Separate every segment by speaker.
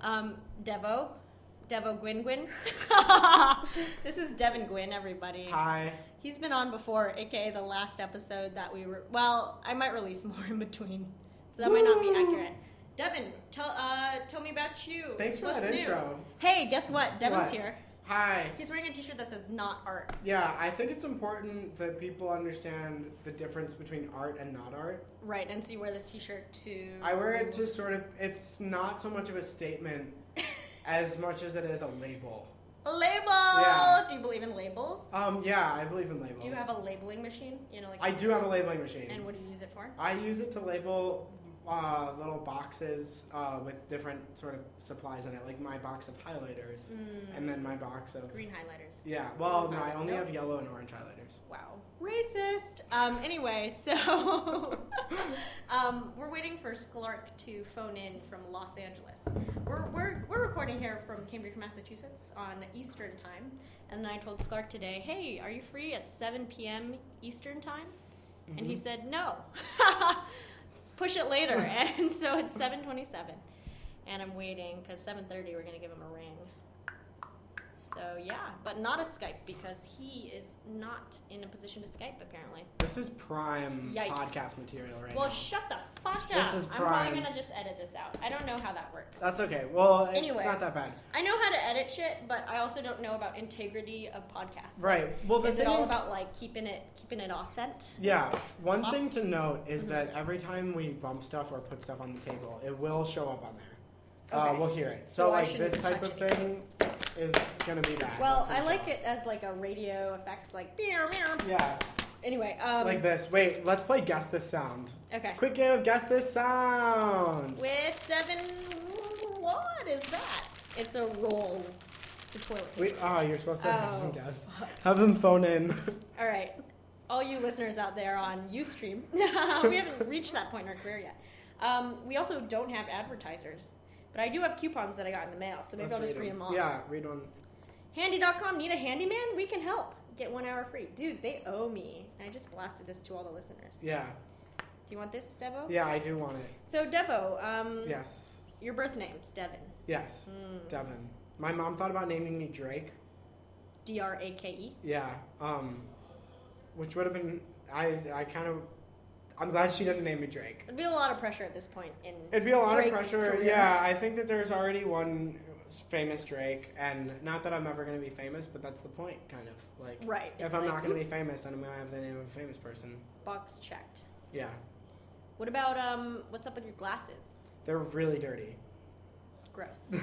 Speaker 1: Um, Devo. Devo Gwyn Gwyn. this is Devin Gwyn, everybody.
Speaker 2: Hi.
Speaker 1: He's been on before, aka the last episode that we were. Well, I might release more in between, so that might not be
Speaker 2: Woo!
Speaker 1: accurate. Devin, tell uh, tell me about you.
Speaker 2: Thanks for
Speaker 1: What's
Speaker 2: that
Speaker 1: new?
Speaker 2: intro.
Speaker 1: Hey, guess what? Devin's
Speaker 2: What?
Speaker 1: here.
Speaker 2: Hi.
Speaker 1: He's wearing a T-shirt that says "Not Art."
Speaker 2: Yeah, I think it's important that people understand the difference between art and not art.
Speaker 1: Right, and so you wear this T-shirt to.
Speaker 2: I wear it to sort of, it's not so much of a statement as much as it is a label.
Speaker 1: A label.
Speaker 2: Yeah.
Speaker 1: Do you believe in labels?
Speaker 2: Um, yeah, I believe in labels.
Speaker 1: do you have a labeling machine? You know, like
Speaker 2: I do have a labeling machine.
Speaker 1: And what do you use it for?
Speaker 2: I use it to label uh, little boxes uh, with different sort of supplies in it, like my box of highlighters,
Speaker 1: Mm,
Speaker 2: and then my box of
Speaker 1: green highlighters.
Speaker 2: Yeah, well, no,
Speaker 1: Uh,
Speaker 2: I only
Speaker 1: nope.
Speaker 2: have yellow and orange highlighters.
Speaker 1: Wow. Racist. Um, anyway, so um, we're waiting for Sklark to phone in from Los Angeles. We're, we're, we're recording here from Cambridge, Massachusetts on Eastern Time. And I told Sklark today, hey, are you free at 7 p.m. Eastern Time? And he
Speaker 2: Mm-hmm.
Speaker 1: said, no. Push it later. and so it's 7.27. And I'm waiting because 7.30 we're going to give him a ring. So yeah, but not a Skype because he is not in a position to Skype apparently.
Speaker 2: This is prime
Speaker 1: Yikes.
Speaker 2: podcast material right
Speaker 1: Well,
Speaker 2: now.
Speaker 1: shut the fuck
Speaker 2: This
Speaker 1: up.
Speaker 2: is
Speaker 1: I'm probably
Speaker 2: prime.
Speaker 1: gonna just edit this out. I don't know how that works.
Speaker 2: That's okay. Well,
Speaker 1: Anyway.
Speaker 2: it's not that bad.
Speaker 1: I know how to edit shit, but I also don't know about integrity of podcasts.
Speaker 2: Right. Well, the
Speaker 1: is it
Speaker 2: thing
Speaker 1: all
Speaker 2: is,
Speaker 1: about like keeping it keeping it authentic?
Speaker 2: yeah, one
Speaker 1: Off-
Speaker 2: thing to note is
Speaker 1: Mhm.
Speaker 2: that every time we bump stuff or put stuff on the table, it will show up on there.
Speaker 1: Okay.
Speaker 2: Uh, we'll hear it.
Speaker 1: So
Speaker 2: So,
Speaker 1: I
Speaker 2: like,
Speaker 1: shouldn't
Speaker 2: this type
Speaker 1: touch
Speaker 2: of thing is going to be bad.
Speaker 1: Well,
Speaker 2: It's gonna
Speaker 1: I
Speaker 2: show
Speaker 1: like
Speaker 2: up.
Speaker 1: it as like a radio effects, like meow meow.
Speaker 2: Yeah,
Speaker 1: Anyway, um,
Speaker 2: like this. Wait, let's play Guess This Sound.
Speaker 1: okay.
Speaker 2: Quick game of Guess This Sound.
Speaker 1: With seven, what is that? It's a roll. The toilet.
Speaker 2: We, oh, you're supposed to have
Speaker 1: Oh,
Speaker 2: them guess. Have them phone in.
Speaker 1: All right, all you listeners out there on UStream, we haven't reached that point in our career yet. Um, we also don't have advertisers, but I do have coupons that I got in the mail, so maybe
Speaker 2: Let's
Speaker 1: I'll just
Speaker 2: read
Speaker 1: read
Speaker 2: 'em.
Speaker 1: them all.
Speaker 2: Yeah, read one.
Speaker 1: Handy.com, need a handyman? We can help. Get one hour free. Dude, they owe me. I just blasted this to all the listeners.
Speaker 2: Yeah,
Speaker 1: Do you want this, Devo?
Speaker 2: yeah, I do want it.
Speaker 1: So, Devo, um,
Speaker 2: Yes,
Speaker 1: your birth name's Devin. Mm.
Speaker 2: yes, Devin. My mom thought about naming me Drake.
Speaker 1: D R A K E.
Speaker 2: Yeah, um, which would have been I. I kind of. I'm glad she didn't name me Drake.
Speaker 1: It'd be a lot of pressure at this point in
Speaker 2: It'd be a lot
Speaker 1: Drake's
Speaker 2: of pressure.
Speaker 1: career.
Speaker 2: Yeah, I think that there's already one famous Drake, and not that I'm ever gonna be famous, but that's the point, kind of like.
Speaker 1: Right.
Speaker 2: If
Speaker 1: it's
Speaker 2: I'm
Speaker 1: like,
Speaker 2: not gonna
Speaker 1: oops,
Speaker 2: be famous, then I'm gonna have the name of a famous person.
Speaker 1: Box checked.
Speaker 2: Yeah,
Speaker 1: What about um? What's up with your glasses?
Speaker 2: they're really dirty.
Speaker 1: Gross.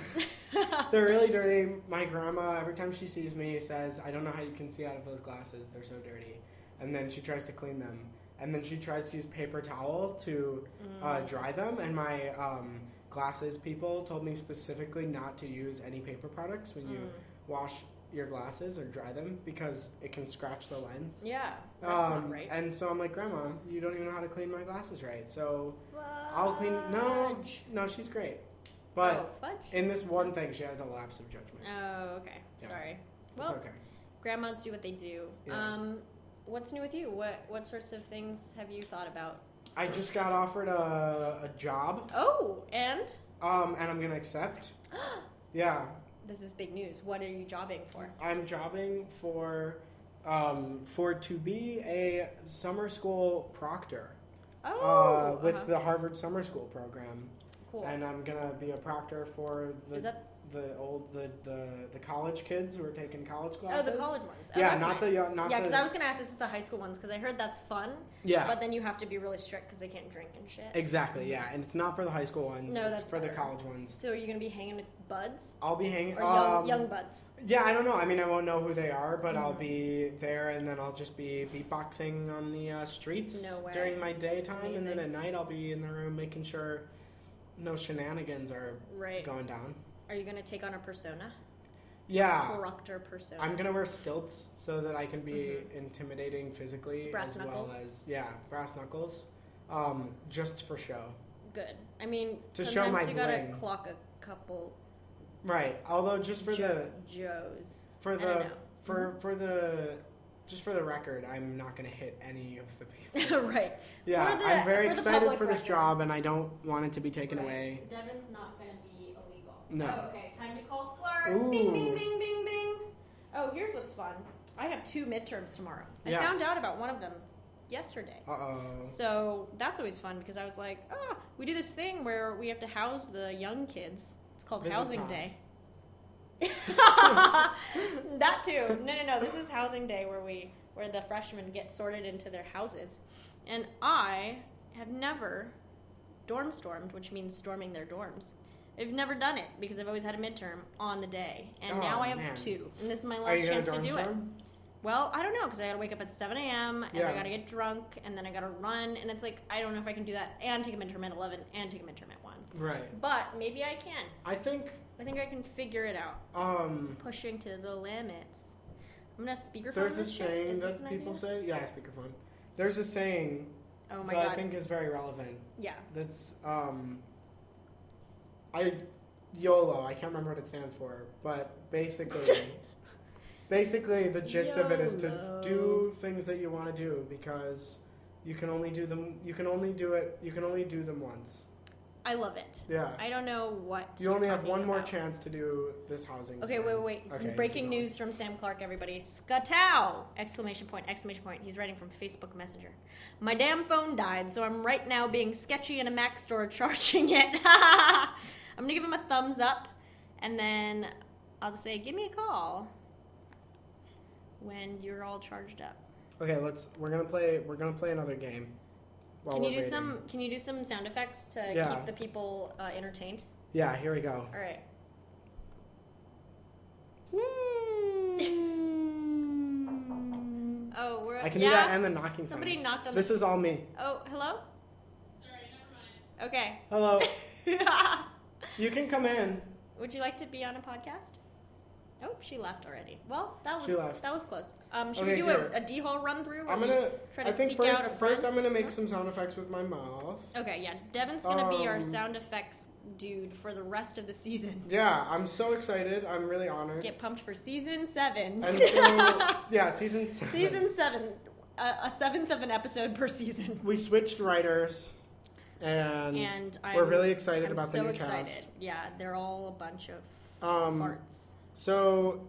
Speaker 1: Mm,
Speaker 2: They're really dirty. My grandma, every time she sees me, says, I don't know how you can see out of those glasses. They're so dirty. And then she tries to clean them. And then she tries to use paper towel to uh,
Speaker 1: Mm.
Speaker 2: dry them. And my um, glasses people told me specifically not to use any paper products when you
Speaker 1: Mm.
Speaker 2: wash your glasses or dry them because it can scratch the lens.
Speaker 1: Yeah, that's
Speaker 2: Um,
Speaker 1: not right.
Speaker 2: And so I'm like, Grandma, you don't even know how to clean my glasses right. So I'll clean. No,
Speaker 1: Oh, Fudge.
Speaker 2: no, she's great. But.
Speaker 1: oh, fudge.
Speaker 2: In this one thing, she had a lapse of judgment.
Speaker 1: Oh, okay.
Speaker 2: Yeah.
Speaker 1: Sorry.
Speaker 2: It's
Speaker 1: Well,
Speaker 2: okay.
Speaker 1: grandmas do what they do.
Speaker 2: Yeah.
Speaker 1: Um, what's new with you? What what sorts of things have you thought about?
Speaker 2: I just got offered a, a job,
Speaker 1: Oh, and
Speaker 2: um, and I'm gonna accept. yeah,
Speaker 1: this is big news. What are you jobbing for?
Speaker 2: I'm jobbing for um, for to be a summer school proctor
Speaker 1: Oh,
Speaker 2: uh, with
Speaker 1: uh-huh.
Speaker 2: the Harvard Summer School program,
Speaker 1: cool.
Speaker 2: and I'm gonna be a proctor for the
Speaker 1: is that
Speaker 2: the old the, the the college kids who are taking college
Speaker 1: oh
Speaker 2: classes.
Speaker 1: the college ones? Oh,
Speaker 2: yeah,
Speaker 1: that's
Speaker 2: not
Speaker 1: nice.
Speaker 2: the young- not
Speaker 1: yeah,
Speaker 2: the
Speaker 1: because I was gonna ask. This is the high school ones because I heard that's fun,
Speaker 2: yeah.
Speaker 1: but then you have to be really strict because they can't drink and shit.
Speaker 2: Exactly, yeah, and it's not for the high school ones.
Speaker 1: No,
Speaker 2: it's
Speaker 1: that's
Speaker 2: for the
Speaker 1: better.
Speaker 2: college ones.
Speaker 1: So you're gonna be hanging with buds
Speaker 2: I'll be hanging.
Speaker 1: or young,
Speaker 2: um,
Speaker 1: young buds?
Speaker 2: Yeah, I don't know. I mean, I won't know who they are, but I'll
Speaker 1: Mhm.
Speaker 2: be there, and then I'll just be beatboxing on the uh, streets
Speaker 1: No way.
Speaker 2: during my daytime, and then
Speaker 1: Amazing.
Speaker 2: at night I'll be in the room making sure no shenanigans are
Speaker 1: Right.
Speaker 2: going down.
Speaker 1: Are you gonna take on a persona?
Speaker 2: Yeah,
Speaker 1: Proctor persona.
Speaker 2: Ah. I'm gonna wear stilts so that I can be intimidating physically,
Speaker 1: Mm-hmm. Brass
Speaker 2: as
Speaker 1: knuckles.
Speaker 2: well as yeah, brass knuckles, um, just for show.
Speaker 1: Good. I mean,
Speaker 2: To show
Speaker 1: sometimes
Speaker 2: my
Speaker 1: you gotta
Speaker 2: bling.
Speaker 1: clock a couple
Speaker 2: Right. Although, just for the
Speaker 1: jo- Joes.
Speaker 2: for
Speaker 1: I don't
Speaker 2: the
Speaker 1: know. Mm-hmm.
Speaker 2: for for the just for the record, I'm not gonna hit any of the people.
Speaker 1: right.
Speaker 2: Yeah,
Speaker 1: For the-
Speaker 2: I'm very
Speaker 1: for the
Speaker 2: excited
Speaker 1: public
Speaker 2: for this
Speaker 1: record.
Speaker 2: job, and I don't want it to be taken
Speaker 1: Right.
Speaker 2: away.
Speaker 1: Devin's not gonna be illegal.
Speaker 2: No.
Speaker 1: Oh, okay. Time to call Sklark.
Speaker 2: Ooh.
Speaker 1: Bing, bing, bing, bing, bing. Oh, here's what's fun. I have two midterms tomorrow.
Speaker 2: Yeah.
Speaker 1: I found out about one of them yesterday.
Speaker 2: Uh oh.
Speaker 1: So that's always fun because I was like, oh, we do this thing where we have to house the young kids. It's called Housing Day. that too. No, no, no. This is housing day where we where the freshmen get sorted into their houses, and I have never dorm stormed, which means storming their dorms. I've never done it because I've always had a midterm on the day, and now
Speaker 2: Oh,
Speaker 1: I have
Speaker 2: man.
Speaker 1: two, and this is my
Speaker 2: Are
Speaker 1: last
Speaker 2: you gonna
Speaker 1: chance to
Speaker 2: dorm
Speaker 1: do it.
Speaker 2: storm?
Speaker 1: Well, I don't know because I gotta wake up at 7 a.m. and
Speaker 2: Yeah.
Speaker 1: I gotta get drunk and then I gotta run, and it's like I don't know if I can do that and take a midterm at 11 and take a midterm at one.
Speaker 2: Right.
Speaker 1: But maybe I can.
Speaker 2: I think
Speaker 1: I think I can figure it out
Speaker 2: um
Speaker 1: pushing to the limits. I'm gonna speakerphone.
Speaker 2: there's
Speaker 1: this
Speaker 2: this
Speaker 1: shit?
Speaker 2: saying
Speaker 1: Is this
Speaker 2: that
Speaker 1: an
Speaker 2: people
Speaker 1: idea?
Speaker 2: say. Yeah, speakerphone. There's a saying
Speaker 1: Oh my
Speaker 2: that I
Speaker 1: god!
Speaker 2: think is very relevant.
Speaker 1: yeah,
Speaker 2: That's um I YOLO, I can't remember what it stands for, but basically basically the gist of it is to
Speaker 1: YOLO.
Speaker 2: do things that you want to do because you can only do them you can only do it you can only do them once.
Speaker 1: I love it.
Speaker 2: Yeah.
Speaker 1: I don't know what
Speaker 2: you only
Speaker 1: you're
Speaker 2: have
Speaker 1: talking
Speaker 2: one more
Speaker 1: about.
Speaker 2: chance to do this housing.
Speaker 1: Okay,
Speaker 2: study.
Speaker 1: wait, wait, wait.
Speaker 2: Okay, so
Speaker 1: Breaking
Speaker 2: go on.
Speaker 1: news from Sam Clark, everybody. Skatow! Exclamation point, exclamation point. He's writing from Facebook Messenger. My damn phone died, so I'm right now being sketchy in a Mac store charging it. I'm gonna give him a thumbs up, and then I'll just say, give me a call when you're all charged up.
Speaker 2: Okay, let's. We're gonna play. We're gonna play another game. while
Speaker 1: Can you do
Speaker 2: we're waiting.
Speaker 1: some? Can you do some sound effects to
Speaker 2: Yeah.
Speaker 1: keep the people uh, entertained?
Speaker 2: Yeah, here we go.
Speaker 1: All right. Oh, we're
Speaker 2: I can
Speaker 1: yeah.
Speaker 2: do that and the knocking.
Speaker 1: Somebody
Speaker 2: sound.
Speaker 1: knocked on
Speaker 2: This
Speaker 1: the.
Speaker 2: is all me.
Speaker 1: Oh, hello. Okay.
Speaker 2: Hello. you can come in.
Speaker 1: Would you like to be on a podcast? Oh, she left already. Well, that was
Speaker 2: She left.
Speaker 1: that was close. Um, should
Speaker 2: Okay,
Speaker 1: we do
Speaker 2: here.
Speaker 1: a, a D hall run through?
Speaker 2: I'm gonna.
Speaker 1: try to
Speaker 2: I think
Speaker 1: seek
Speaker 2: first,
Speaker 1: out a
Speaker 2: first
Speaker 1: friend?
Speaker 2: I'm gonna make some sound effects with my mouth.
Speaker 1: Okay, yeah. Devin's gonna be our
Speaker 2: Um,
Speaker 1: sound effects dude for the rest of the season.
Speaker 2: Yeah, I'm so excited. I'm really honored.
Speaker 1: Get pumped for season seven.
Speaker 2: And so, yeah, season seven.
Speaker 1: season seven, a, a seventh of an episode per season.
Speaker 2: We switched writers, and,
Speaker 1: And I'm,
Speaker 2: we're really excited
Speaker 1: I'm
Speaker 2: about
Speaker 1: so
Speaker 2: the new
Speaker 1: excited.
Speaker 2: cast.
Speaker 1: Yeah, they're all a bunch of
Speaker 2: Um,
Speaker 1: farts.
Speaker 2: So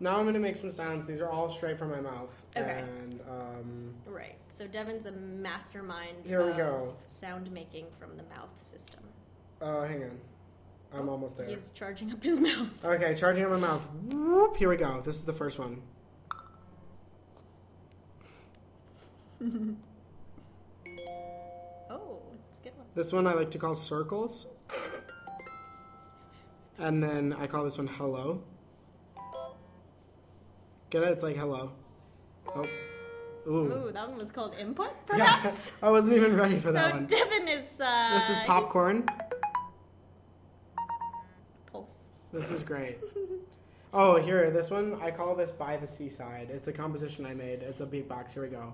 Speaker 2: now I'm gonna make some sounds. These are all straight from my mouth.
Speaker 1: Okay.
Speaker 2: And um,
Speaker 1: Right. So Devin's a mastermind
Speaker 2: Here we
Speaker 1: of
Speaker 2: go.
Speaker 1: sound making from the mouth system.
Speaker 2: uh, hang on, I'm almost there.
Speaker 1: He's charging up his mouth.
Speaker 2: Okay, charging up my mouth. Whoop, here we go. This is the first one.
Speaker 1: Oh, it's a good one.
Speaker 2: This one I like to call circles. And then I call this one hello. Get it? It's like hello. Oh. Ooh.
Speaker 1: Ooh, that one was called input,
Speaker 2: Yeah,
Speaker 1: perhaps.
Speaker 2: I wasn't even ready for that
Speaker 1: so
Speaker 2: one.
Speaker 1: Devin is. Uh,
Speaker 2: This is popcorn.
Speaker 1: he's- Pulse.
Speaker 2: This is great. Oh, here, this one, I call this By the Seaside. It's a composition I made. It's a beatbox. Here we go.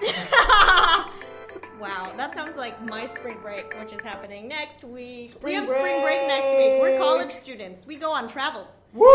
Speaker 1: wow, that sounds like my spring break, which is happening next week.
Speaker 2: Spring
Speaker 1: we have spring break next week. We're
Speaker 2: break.
Speaker 1: college students. We go on travels.
Speaker 2: Woo!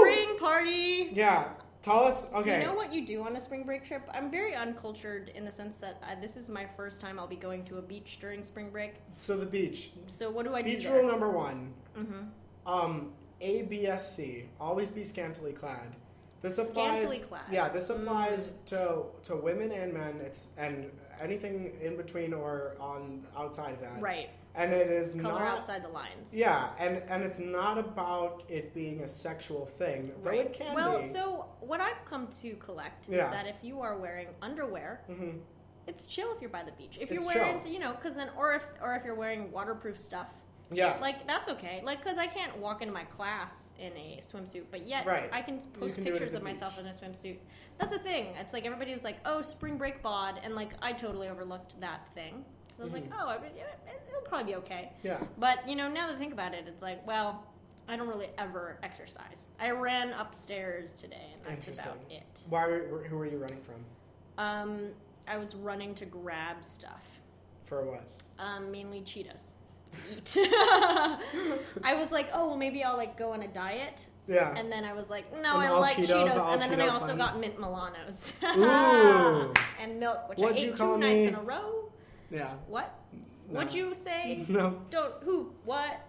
Speaker 1: Spring party.
Speaker 2: Yeah, tell us. Okay.
Speaker 1: Do you know what you do on a spring break trip? I'm very uncultured in the sense that uh, this is my first time I'll be going to a beach during spring break.
Speaker 2: So, the beach.
Speaker 1: So what do I
Speaker 2: Mm-hmm. Beach
Speaker 1: do
Speaker 2: rule
Speaker 1: there?
Speaker 2: number one
Speaker 1: Mm-hmm.
Speaker 2: um, ABSC, always be scantily clad. This applies.
Speaker 1: Scantily clad. Mm-hmm.
Speaker 2: Yeah, this applies to to women and men. It's and anything in between or on outside of that.
Speaker 1: Right.
Speaker 2: And it is
Speaker 1: Color
Speaker 2: not
Speaker 1: outside the lines.
Speaker 2: Yeah, and and it's not about it being a sexual thing, though it can
Speaker 1: well,
Speaker 2: be.
Speaker 1: so what I've come to collect
Speaker 2: Yeah.
Speaker 1: is that if you are wearing underwear,
Speaker 2: hmm
Speaker 1: it's chill if you're by the beach. If you're
Speaker 2: It's
Speaker 1: wearing,
Speaker 2: chill.
Speaker 1: you know, because then, or if or if you're wearing waterproof stuff,
Speaker 2: Yeah.
Speaker 1: like that's okay. Like, because I can't walk into my class in a swimsuit, but yet
Speaker 2: Right.
Speaker 1: I can post
Speaker 2: can do it at
Speaker 1: pictures
Speaker 2: the
Speaker 1: of myself
Speaker 2: beach.
Speaker 1: in a swimsuit. That's the thing. It's like everybody was like, "Oh, spring break bod," and like I totally overlooked that thing. 'Cause I was like,
Speaker 2: Mhm.
Speaker 1: "Oh, I mean, yeah, it- it'll probably be okay."
Speaker 2: yeah.
Speaker 1: But you know, now that I think about it, it's like, well, I don't really ever exercise. I ran upstairs today, and that's about
Speaker 2: Interesting.
Speaker 1: it.
Speaker 2: Why? Were, who were you running from?
Speaker 1: Um, I was running to grab stuff,
Speaker 2: For what?
Speaker 1: um, mainly Cheetos to eat. I was like, oh, well, maybe I'll like go on a diet,
Speaker 2: Yeah.
Speaker 1: and then I was like, no,
Speaker 2: An
Speaker 1: I
Speaker 2: all
Speaker 1: like
Speaker 2: Cheeto, the all
Speaker 1: Cheetos, and then, I
Speaker 2: Cheeto
Speaker 1: also
Speaker 2: cleanse.
Speaker 1: got mint Milanos
Speaker 2: Ooh.
Speaker 1: and milk, which
Speaker 2: What'd
Speaker 1: I
Speaker 2: you
Speaker 1: ate
Speaker 2: call
Speaker 1: two nights
Speaker 2: me?
Speaker 1: in a row.
Speaker 2: yeah.
Speaker 1: What? What'd you say?
Speaker 2: No.
Speaker 1: Don't who what?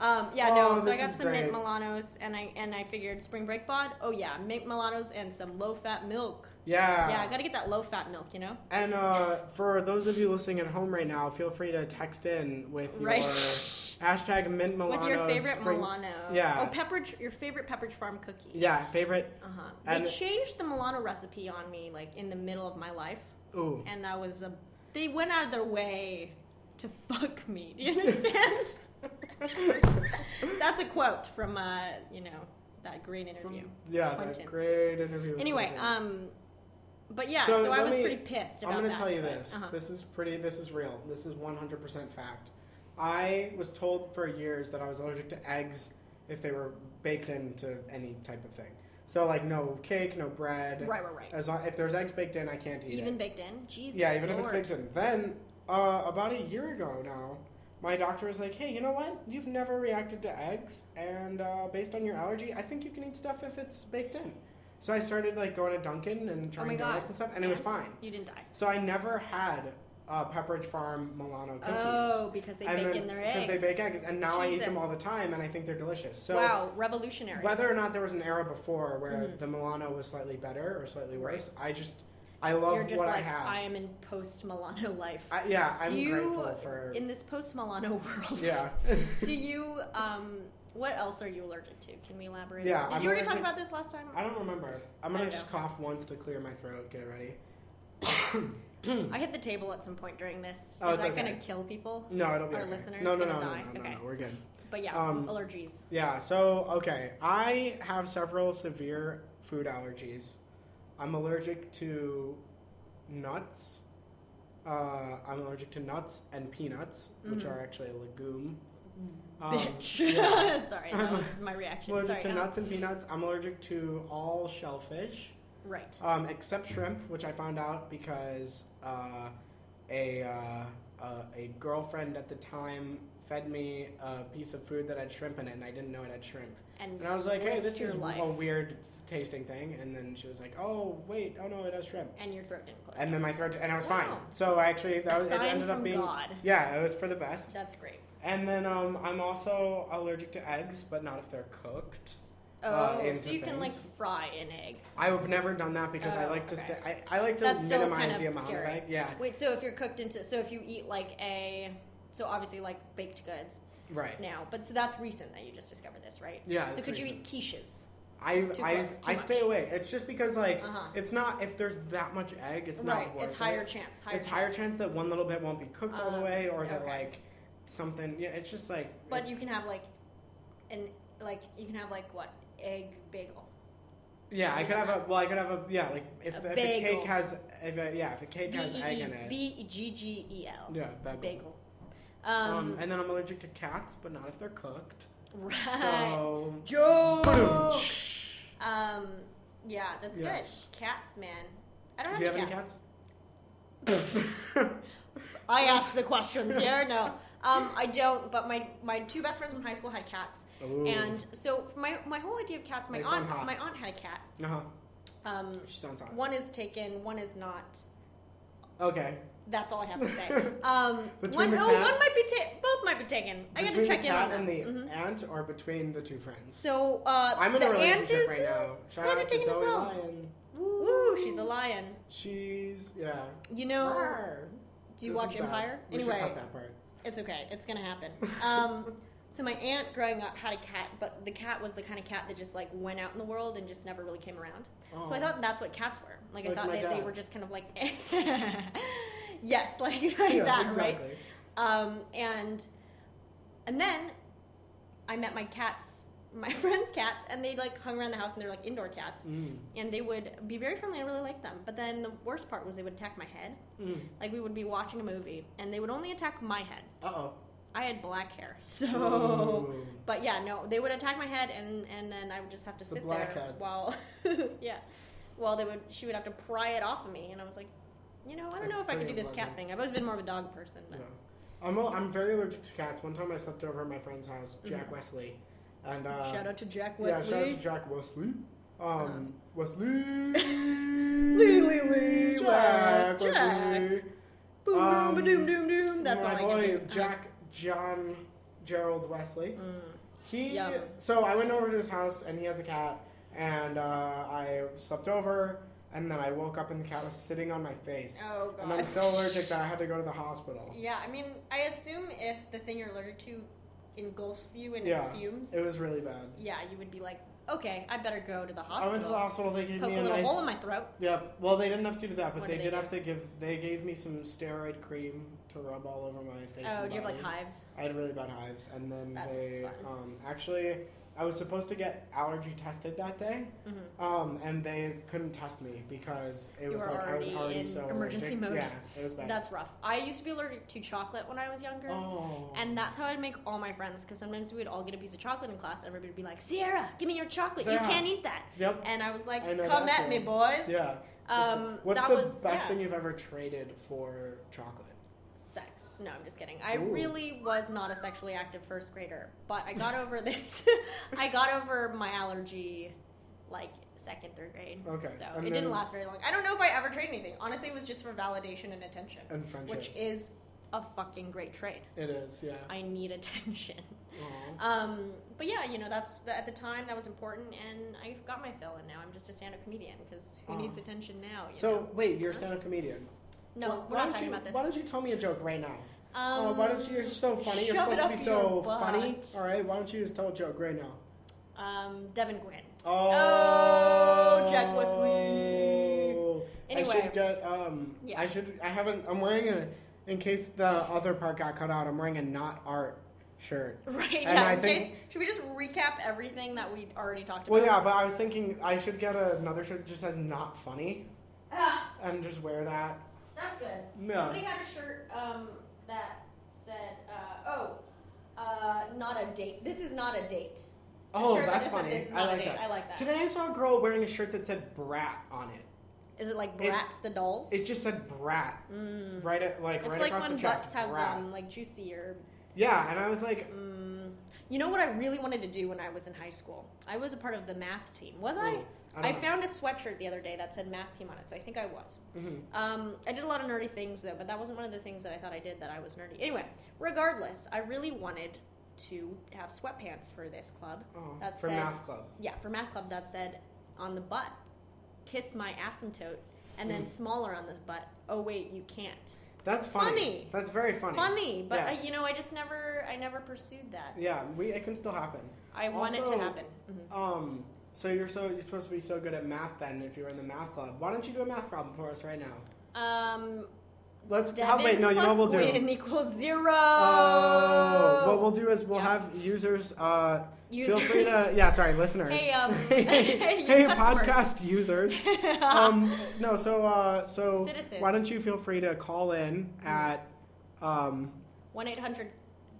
Speaker 1: Um, yeah, no.
Speaker 2: Oh,
Speaker 1: So I
Speaker 2: this
Speaker 1: got
Speaker 2: is
Speaker 1: some mint
Speaker 2: great.
Speaker 1: Milanos, and I and I figured spring break bod. Oh yeah, mint Milanos and some low fat milk.
Speaker 2: Yeah.
Speaker 1: Yeah, I gotta get that low fat milk. You know.
Speaker 2: And uh, for those of you listening at home right now, feel free to text in with your
Speaker 1: Right.
Speaker 2: hashtag mint Milano.
Speaker 1: With your favorite
Speaker 2: spring-
Speaker 1: Milano.
Speaker 2: Yeah.
Speaker 1: Oh, Pepperidge, your favorite Pepperidge Farm cookie.
Speaker 2: Yeah, favorite.
Speaker 1: Uh-huh.
Speaker 2: And-
Speaker 1: They changed the Milano recipe on me like in the middle of my life,
Speaker 2: Ooh.
Speaker 1: and that was a. They went out of their way to fuck me. Do you understand? That's a quote from uh, you know that great interview.
Speaker 2: yeah,
Speaker 1: Quentin.
Speaker 2: that great interview. with
Speaker 1: Anyway,
Speaker 2: Quentin.
Speaker 1: um, but yeah, so,
Speaker 2: So
Speaker 1: I
Speaker 2: let
Speaker 1: was
Speaker 2: me-
Speaker 1: pretty pissed um, about
Speaker 2: I'm gonna
Speaker 1: that,
Speaker 2: tell you
Speaker 1: but-
Speaker 2: this.
Speaker 1: uh-huh.
Speaker 2: This is pretty. This is real. This is 100% fact. I was told for years that I was allergic to eggs if they were baked into any type of thing. So like no cake, no bread.
Speaker 1: Right, right, right.
Speaker 2: As long, if there's eggs baked in, I can't eat
Speaker 1: even
Speaker 2: it.
Speaker 1: baked in, Jesus.
Speaker 2: yeah, even
Speaker 1: Lord.
Speaker 2: if it's baked in. Then uh, about a year ago now, my doctor was like, "Hey, you know what? You've never reacted to eggs, and uh, based on your allergy, I think you can eat stuff if it's baked in." So I started like going to Dunkin' and
Speaker 1: Oh my
Speaker 2: trying
Speaker 1: God.
Speaker 2: donuts and stuff, and it was
Speaker 1: Yeah.
Speaker 2: fine.
Speaker 1: You didn't die.
Speaker 2: So I never had uh, Pepperidge Farm Milano cookies.
Speaker 1: Oh, because they
Speaker 2: And
Speaker 1: bake
Speaker 2: then-
Speaker 1: in their eggs.
Speaker 2: Because they bake eggs, and now I eat them
Speaker 1: Jesus.
Speaker 2: all the time, and I think they're delicious. So
Speaker 1: wow, revolutionary.
Speaker 2: whether or not there was an era before where
Speaker 1: Mhm.
Speaker 2: the Milano was slightly better or slightly
Speaker 1: Right.
Speaker 2: worse, I just I love
Speaker 1: You're just
Speaker 2: what
Speaker 1: like
Speaker 2: I have.
Speaker 1: am in post Milano life.
Speaker 2: I- yeah, I'm
Speaker 1: Do you-
Speaker 2: grateful for
Speaker 1: in this post Milano world,
Speaker 2: yeah.
Speaker 1: do you um? What else are you allergic to? Can we elaborate?
Speaker 2: Yeah,
Speaker 1: Did
Speaker 2: I'm
Speaker 1: you already talk
Speaker 2: allergic-
Speaker 1: about this last time?
Speaker 2: I don't remember. I'm gonna
Speaker 1: I
Speaker 2: just cough once to clear my throat. Get it ready.
Speaker 1: I hit the table at some point during this. Is
Speaker 2: Oh, it's
Speaker 1: that
Speaker 2: okay.
Speaker 1: gonna kill people?
Speaker 2: No, it'll be
Speaker 1: Our
Speaker 2: okay.
Speaker 1: listeners
Speaker 2: no, no,
Speaker 1: gonna
Speaker 2: no,
Speaker 1: die?
Speaker 2: no, no,
Speaker 1: Okay.
Speaker 2: no, no. We're good.
Speaker 1: But yeah,
Speaker 2: Um,
Speaker 1: allergies.
Speaker 2: Yeah, so okay. I have several severe food allergies. I'm allergic to nuts. Uh, I'm allergic to nuts and peanuts, which
Speaker 1: Mhm.
Speaker 2: are actually a legume.
Speaker 1: Mm. Bitch.
Speaker 2: um, yeah.
Speaker 1: Sorry, that was my reaction.
Speaker 2: I'm
Speaker 1: Sorry.
Speaker 2: allergic to
Speaker 1: um,
Speaker 2: nuts and peanuts. I'm allergic to all shellfish,
Speaker 1: Right.
Speaker 2: um, except shrimp, which I found out because uh, a uh, uh, a girlfriend at the time fed me a piece of food that had shrimp in it, and I didn't know it had shrimp.
Speaker 1: And
Speaker 2: And I was like, hey,
Speaker 1: risked
Speaker 2: this
Speaker 1: your
Speaker 2: is
Speaker 1: life.
Speaker 2: a weird tasting thing. And then she was like, oh, wait, oh no, it has shrimp.
Speaker 1: and your throat didn't close.
Speaker 2: And then my throat, and I was fine.
Speaker 1: Wow.
Speaker 2: So I actually, that
Speaker 1: A
Speaker 2: was, it
Speaker 1: sign
Speaker 2: ended
Speaker 1: from
Speaker 2: up being,
Speaker 1: God.
Speaker 2: yeah, it was for the best.
Speaker 1: That's great.
Speaker 2: And then um, I'm also allergic to eggs, but not if they're cooked.
Speaker 1: Oh,
Speaker 2: Uh,
Speaker 1: so you
Speaker 2: into
Speaker 1: can like
Speaker 2: things.
Speaker 1: fry an egg.
Speaker 2: I've never done that because I
Speaker 1: Oh,
Speaker 2: like to
Speaker 1: okay.
Speaker 2: stay. I, I like to
Speaker 1: That's still
Speaker 2: minimize
Speaker 1: kind of
Speaker 2: the amount
Speaker 1: scary.
Speaker 2: of egg. Yeah,
Speaker 1: Wait, so if you're cooked into, so if you eat like a, so obviously like baked goods
Speaker 2: right.
Speaker 1: now, but so that's recent that you just discovered this, right?
Speaker 2: Yeah.
Speaker 1: so
Speaker 2: it's
Speaker 1: could you
Speaker 2: reason.
Speaker 1: eat quiches?
Speaker 2: I
Speaker 1: too
Speaker 2: I,
Speaker 1: close, too
Speaker 2: I stay
Speaker 1: much?
Speaker 2: away. It's just because like
Speaker 1: Uh-huh.
Speaker 2: it's not if there's that much egg, it's
Speaker 1: right.
Speaker 2: not worth
Speaker 1: It's higher
Speaker 2: It.
Speaker 1: chance. Higher
Speaker 2: it's higher
Speaker 1: chance.
Speaker 2: chance that one little bit won't be cooked all the
Speaker 1: Um,
Speaker 2: way, or that
Speaker 1: okay.
Speaker 2: like something. Yeah, it's just like.
Speaker 1: But
Speaker 2: it's-
Speaker 1: you can have like, an like you can have like what egg bagel.
Speaker 2: Yeah, I
Speaker 1: you
Speaker 2: could
Speaker 1: can
Speaker 2: have a. Well, I could have a. Yeah, like if,
Speaker 1: A
Speaker 2: if a
Speaker 1: bagel.
Speaker 2: cake has. If a, yeah, if a cake
Speaker 1: B
Speaker 2: has
Speaker 1: e
Speaker 2: egg
Speaker 1: e
Speaker 2: in it.
Speaker 1: b e g g e l.
Speaker 2: yeah, bagel.
Speaker 1: Bagel.
Speaker 2: Um,
Speaker 1: Um,
Speaker 2: and then I'm allergic to cats, but not if they're cooked.
Speaker 1: right.
Speaker 2: So.
Speaker 1: Joe.
Speaker 2: Ba-dum-tsh.
Speaker 1: Um, yeah, that's
Speaker 2: Yes.
Speaker 1: good. Cats, man. I don't
Speaker 2: Do you
Speaker 1: have,
Speaker 2: have any
Speaker 1: cats.
Speaker 2: cats?
Speaker 1: I asked the questions here. No, um, I don't. But my my two best friends from high school had cats,
Speaker 2: Ooh.
Speaker 1: and so my my whole idea of cats. My
Speaker 2: They
Speaker 1: aunt
Speaker 2: sound hot.
Speaker 1: my aunt had a cat.
Speaker 2: Uh-huh.
Speaker 1: Um,
Speaker 2: She sounds hot.
Speaker 1: one is taken, one is not.
Speaker 2: Okay.
Speaker 1: That's all I have to say. Um,
Speaker 2: Between
Speaker 1: one,
Speaker 2: the
Speaker 1: oh,
Speaker 2: cat-
Speaker 1: one might be ta- both might be taken. I got to
Speaker 2: Between
Speaker 1: check
Speaker 2: the
Speaker 1: in on
Speaker 2: cat
Speaker 1: them.
Speaker 2: and the
Speaker 1: Mhm.
Speaker 2: aunt, or between the two friends?
Speaker 1: So uh,
Speaker 2: I'm in
Speaker 1: the
Speaker 2: a
Speaker 1: aunt
Speaker 2: relationship
Speaker 1: is
Speaker 2: right now. Shout
Speaker 1: kinda
Speaker 2: out to
Speaker 1: taken as
Speaker 2: Zoe
Speaker 1: well.
Speaker 2: Lyon.
Speaker 1: woo, she's a lion.
Speaker 2: She's yeah.
Speaker 1: You know,
Speaker 2: Rawr.
Speaker 1: do you
Speaker 2: This
Speaker 1: watch
Speaker 2: is bad.
Speaker 1: Empire?
Speaker 2: We should
Speaker 1: anyway,
Speaker 2: cut that part.
Speaker 1: It's okay. It's gonna happen. Um, so my aunt growing up had a cat, but the cat was the kind of cat that just like went out in the world and just never really came around. So I
Speaker 2: Oh.
Speaker 1: thought that's what cats were. Like, I
Speaker 2: Like
Speaker 1: thought
Speaker 2: my
Speaker 1: that they
Speaker 2: dad.
Speaker 1: were just kind of like, yes, like, like
Speaker 2: Yeah,
Speaker 1: that, right?
Speaker 2: Oh. exactly.
Speaker 1: Um, and and then I met my cats, my friends' cats, and they like hung around the house and they were like indoor cats,
Speaker 2: Mm.
Speaker 1: and they would be very friendly. I really liked them. But then the worst part was they would attack my head.
Speaker 2: Mm.
Speaker 1: Like we would be watching a movie, and they would only attack my head.
Speaker 2: Uh
Speaker 1: I had black hair,
Speaker 2: oh.
Speaker 1: so. But yeah, no, they would attack my head, and and then I would just have to
Speaker 2: The
Speaker 1: sit there
Speaker 2: blackheads.
Speaker 1: while, yeah, while they would she would have to pry it off of me, and I was like, you know, I don't
Speaker 2: That's
Speaker 1: know if I could do
Speaker 2: pretty
Speaker 1: this cat
Speaker 2: unpleasant.
Speaker 1: thing. I've always been more of a dog person,
Speaker 2: Yeah.
Speaker 1: but
Speaker 2: I'm al- I'm very allergic to cats. One time I slept over at my friend's house, Jack
Speaker 1: Mhm.
Speaker 2: Wesley, and uh,
Speaker 1: shout out to Jack
Speaker 2: Yeah,
Speaker 1: Wesley. Uh.
Speaker 2: shout out to Jack Wesley. Um, Wesley.
Speaker 1: Lee, Lee, Lee, Wes, Jack.
Speaker 2: Wesley.
Speaker 1: Boom,
Speaker 2: Um,
Speaker 1: boom, doom, doom, doom. That's
Speaker 2: my
Speaker 1: all I
Speaker 2: boy
Speaker 1: can do. Uh-huh.
Speaker 2: Jack John Gerald Wesley.
Speaker 1: Uh, mm.
Speaker 2: He
Speaker 1: Yum.
Speaker 2: so I went over to his house and he has a cat and uh, I slept over and then I woke up and the cat was sitting on my face
Speaker 1: Oh god.
Speaker 2: and I'm so allergic that I had to go to the hospital.
Speaker 1: Yeah, I mean, I assume if the thing you're allergic to engulfs you in
Speaker 2: Yeah,
Speaker 1: its fumes,
Speaker 2: It was really bad.
Speaker 1: yeah, you would be like, okay, I better go to the hospital.
Speaker 2: I went to the hospital. They gave
Speaker 1: Poke
Speaker 2: me
Speaker 1: a
Speaker 2: a
Speaker 1: little
Speaker 2: nice.
Speaker 1: hole in my throat.
Speaker 2: yeah, well, they didn't have to do that, but
Speaker 1: What
Speaker 2: they
Speaker 1: did
Speaker 2: did
Speaker 1: they
Speaker 2: have to give. They gave me some steroid cream to rub all over my face.
Speaker 1: Oh,
Speaker 2: and
Speaker 1: do you have like
Speaker 2: body.
Speaker 1: hives?
Speaker 2: I had really bad hives, and then
Speaker 1: That's
Speaker 2: they
Speaker 1: fun.
Speaker 2: um, actually. I was supposed to get allergy tested that day,
Speaker 1: hmm
Speaker 2: um, and they couldn't test me because it
Speaker 1: You
Speaker 2: was
Speaker 1: were
Speaker 2: like I was
Speaker 1: already
Speaker 2: already
Speaker 1: in
Speaker 2: so
Speaker 1: emergency
Speaker 2: allergic.
Speaker 1: mode.
Speaker 2: Yeah, it was bad.
Speaker 1: That's rough. I used to be allergic to chocolate when I was younger.
Speaker 2: oh,
Speaker 1: And that's how I'd make all my friends, because sometimes we'd all get a piece of chocolate in class, and everybody would be like, Sierra, give me your chocolate.
Speaker 2: Yeah.
Speaker 1: You can't eat that.
Speaker 2: yep,
Speaker 1: And I was like,
Speaker 2: I know
Speaker 1: come
Speaker 2: that
Speaker 1: at me,
Speaker 2: feeling.
Speaker 1: boys.
Speaker 2: yeah.
Speaker 1: Um,
Speaker 2: What's
Speaker 1: that
Speaker 2: the
Speaker 1: was
Speaker 2: best
Speaker 1: yeah.
Speaker 2: thing you've ever traded for chocolate?
Speaker 1: sex. No, I'm just kidding. I
Speaker 2: Ooh.
Speaker 1: really was not a sexually active first grader, but I got over this. I got over my allergy like second, third grade.
Speaker 2: Okay,
Speaker 1: So
Speaker 2: and
Speaker 1: it
Speaker 2: then-
Speaker 1: didn't last very long. I don't know if I ever traded anything. Honestly, it was just for validation and attention,
Speaker 2: And friendship.
Speaker 1: which is a fucking great trade.
Speaker 2: it is, yeah.
Speaker 1: I need attention.
Speaker 2: Aw.
Speaker 1: Um, but yeah, you know, that's at the time that was important, and I got my fill, and now I'm just a stand up comedian because who
Speaker 2: Aw.
Speaker 1: needs attention now? you
Speaker 2: Ah. So
Speaker 1: know?
Speaker 2: wait, you're a stand-up comedian.
Speaker 1: no,
Speaker 2: Why-
Speaker 1: we're
Speaker 2: why don't
Speaker 1: not talking
Speaker 2: you-
Speaker 1: about this.
Speaker 2: Why don't you tell me a joke right now?
Speaker 1: Um,
Speaker 2: Uh, why don't you? You're so funny. You're
Speaker 1: shove it
Speaker 2: supposed to
Speaker 1: Um, up
Speaker 2: be
Speaker 1: your
Speaker 2: so
Speaker 1: butt.
Speaker 2: funny. All right. Why don't you just tell a joke right now?
Speaker 1: Um, Devin Gwynn.
Speaker 2: Oh,
Speaker 1: Jack Wesley.
Speaker 2: I
Speaker 1: Anyway.
Speaker 2: should get. Um,
Speaker 1: Yeah.
Speaker 2: I should. I haven't. I'm wearing a. In case the other part got cut out, I'm wearing a not art shirt.
Speaker 1: Right.
Speaker 2: And
Speaker 1: yeah.
Speaker 2: I
Speaker 1: in
Speaker 2: think-
Speaker 1: case, should we just recap everything that we already talked about?
Speaker 2: Well, yeah, but I was thinking I should get another shirt that just says "not funny"
Speaker 1: Ah,
Speaker 2: and just wear that.
Speaker 1: that's good.
Speaker 2: No.
Speaker 1: Somebody had a shirt um, that said, uh, "Oh, uh, not a date. This is not a date." A
Speaker 2: Oh,
Speaker 1: shirt that
Speaker 2: that's
Speaker 1: just said,
Speaker 2: funny.
Speaker 1: This is
Speaker 2: I
Speaker 1: not a
Speaker 2: like
Speaker 1: date.
Speaker 2: that.
Speaker 1: I like that.
Speaker 2: Today I saw a girl wearing a shirt that said "brat" on it.
Speaker 1: Is it like
Speaker 2: It-
Speaker 1: Bratz the dolls?
Speaker 2: It just said "brat"
Speaker 1: mm.
Speaker 2: Mm-hmm. right at like
Speaker 1: It's
Speaker 2: right
Speaker 1: like
Speaker 2: across
Speaker 1: when
Speaker 2: the chest.
Speaker 1: butts have
Speaker 2: brat.
Speaker 1: them, like juicy or
Speaker 2: Yeah, and I was like,
Speaker 1: Mm, you know what I really wanted to do when I was in high school? I was a part of the math team. Was I?
Speaker 2: Ooh, I
Speaker 1: I,
Speaker 2: don't know.
Speaker 1: found a sweatshirt the other day that said math team on it, so I think I was.
Speaker 2: Mhm.
Speaker 1: Um, I did a lot of nerdy things though, but that wasn't one of the things that I thought I did that I was nerdy. Anyway, regardless, I really wanted to have sweatpants for this club.
Speaker 2: Oh,
Speaker 1: That
Speaker 2: for
Speaker 1: said-
Speaker 2: math club.
Speaker 1: Yeah, for math club that said on the butt, kiss my asymptote, and then
Speaker 2: Mm.
Speaker 1: smaller on the butt. Oh wait, you can't.
Speaker 2: That's funny.
Speaker 1: Funny.
Speaker 2: That's very funny.
Speaker 1: Funny, but I-
Speaker 2: Yes.
Speaker 1: you know, I just never, I never pursued that.
Speaker 2: Yeah, we it can still happen.
Speaker 1: I want it to
Speaker 2: Also-
Speaker 1: happen. Mhm.
Speaker 2: Um, so you're so you're supposed to be so good at math then if you were in the math club. Why don't you do a math problem for us right now?
Speaker 1: Um,
Speaker 2: Let's
Speaker 1: Devin
Speaker 2: how- wait. No, you know
Speaker 1: plus
Speaker 2: what we'll do.
Speaker 1: Gwyn equals zero.
Speaker 2: Oh, what we'll do is we'll
Speaker 1: Yeah.
Speaker 2: have users. Uh,
Speaker 1: Users.
Speaker 2: Feel free to yeah. Sorry, listeners.
Speaker 1: Hey, um,
Speaker 2: hey,
Speaker 1: you customers.
Speaker 2: podcast users. um, no, so uh, so
Speaker 1: Citizens.
Speaker 2: why don't you feel free to call in at um,
Speaker 1: One eight hundred.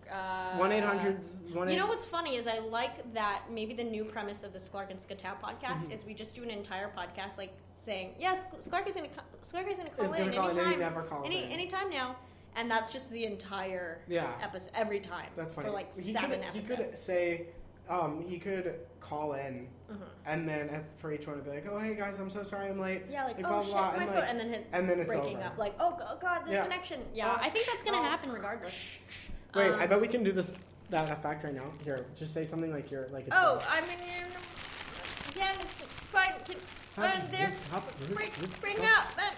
Speaker 1: uh,
Speaker 2: one eight hundred
Speaker 1: You know what's funny is I like that maybe the new premise of the Sklark and Skatow podcast
Speaker 2: Mm-hmm.
Speaker 1: is we just do an entire podcast like saying yes, Sklark is gonna co- Sklark is gonna call
Speaker 2: is
Speaker 1: in
Speaker 2: gonna call in and he
Speaker 1: anytime,
Speaker 2: never calls
Speaker 1: any
Speaker 2: in.
Speaker 1: anytime now, and that's just the entire
Speaker 2: yeah,
Speaker 1: episode every time.
Speaker 2: that's funny.
Speaker 1: for like
Speaker 2: he
Speaker 1: seven
Speaker 2: could,
Speaker 1: episodes.
Speaker 2: He could say um, he could call in
Speaker 1: Mm-hmm.
Speaker 2: and then at, for each one it'd be like, oh hey guys, I'm so sorry I'm late,
Speaker 1: Yeah, like,
Speaker 2: Like, blah,
Speaker 1: oh shit,
Speaker 2: blah,
Speaker 1: my
Speaker 2: and,
Speaker 1: phone,
Speaker 2: like-
Speaker 1: and then hit
Speaker 2: and then it's
Speaker 1: breaking
Speaker 2: over.
Speaker 1: up. Like, oh go- god, the
Speaker 2: Yeah.
Speaker 1: connection. Yeah,
Speaker 2: Uh,
Speaker 1: I think that's gonna
Speaker 2: uh,
Speaker 1: happen regardless.
Speaker 2: Wait, I
Speaker 1: Um,
Speaker 2: bet we can do this that effect right now. Here, just say something like you're like. It's
Speaker 1: Oh,
Speaker 2: bad.
Speaker 1: I mean, yeah, it's fine. Can, uh, there's
Speaker 2: Hop-
Speaker 1: bring, bring up that.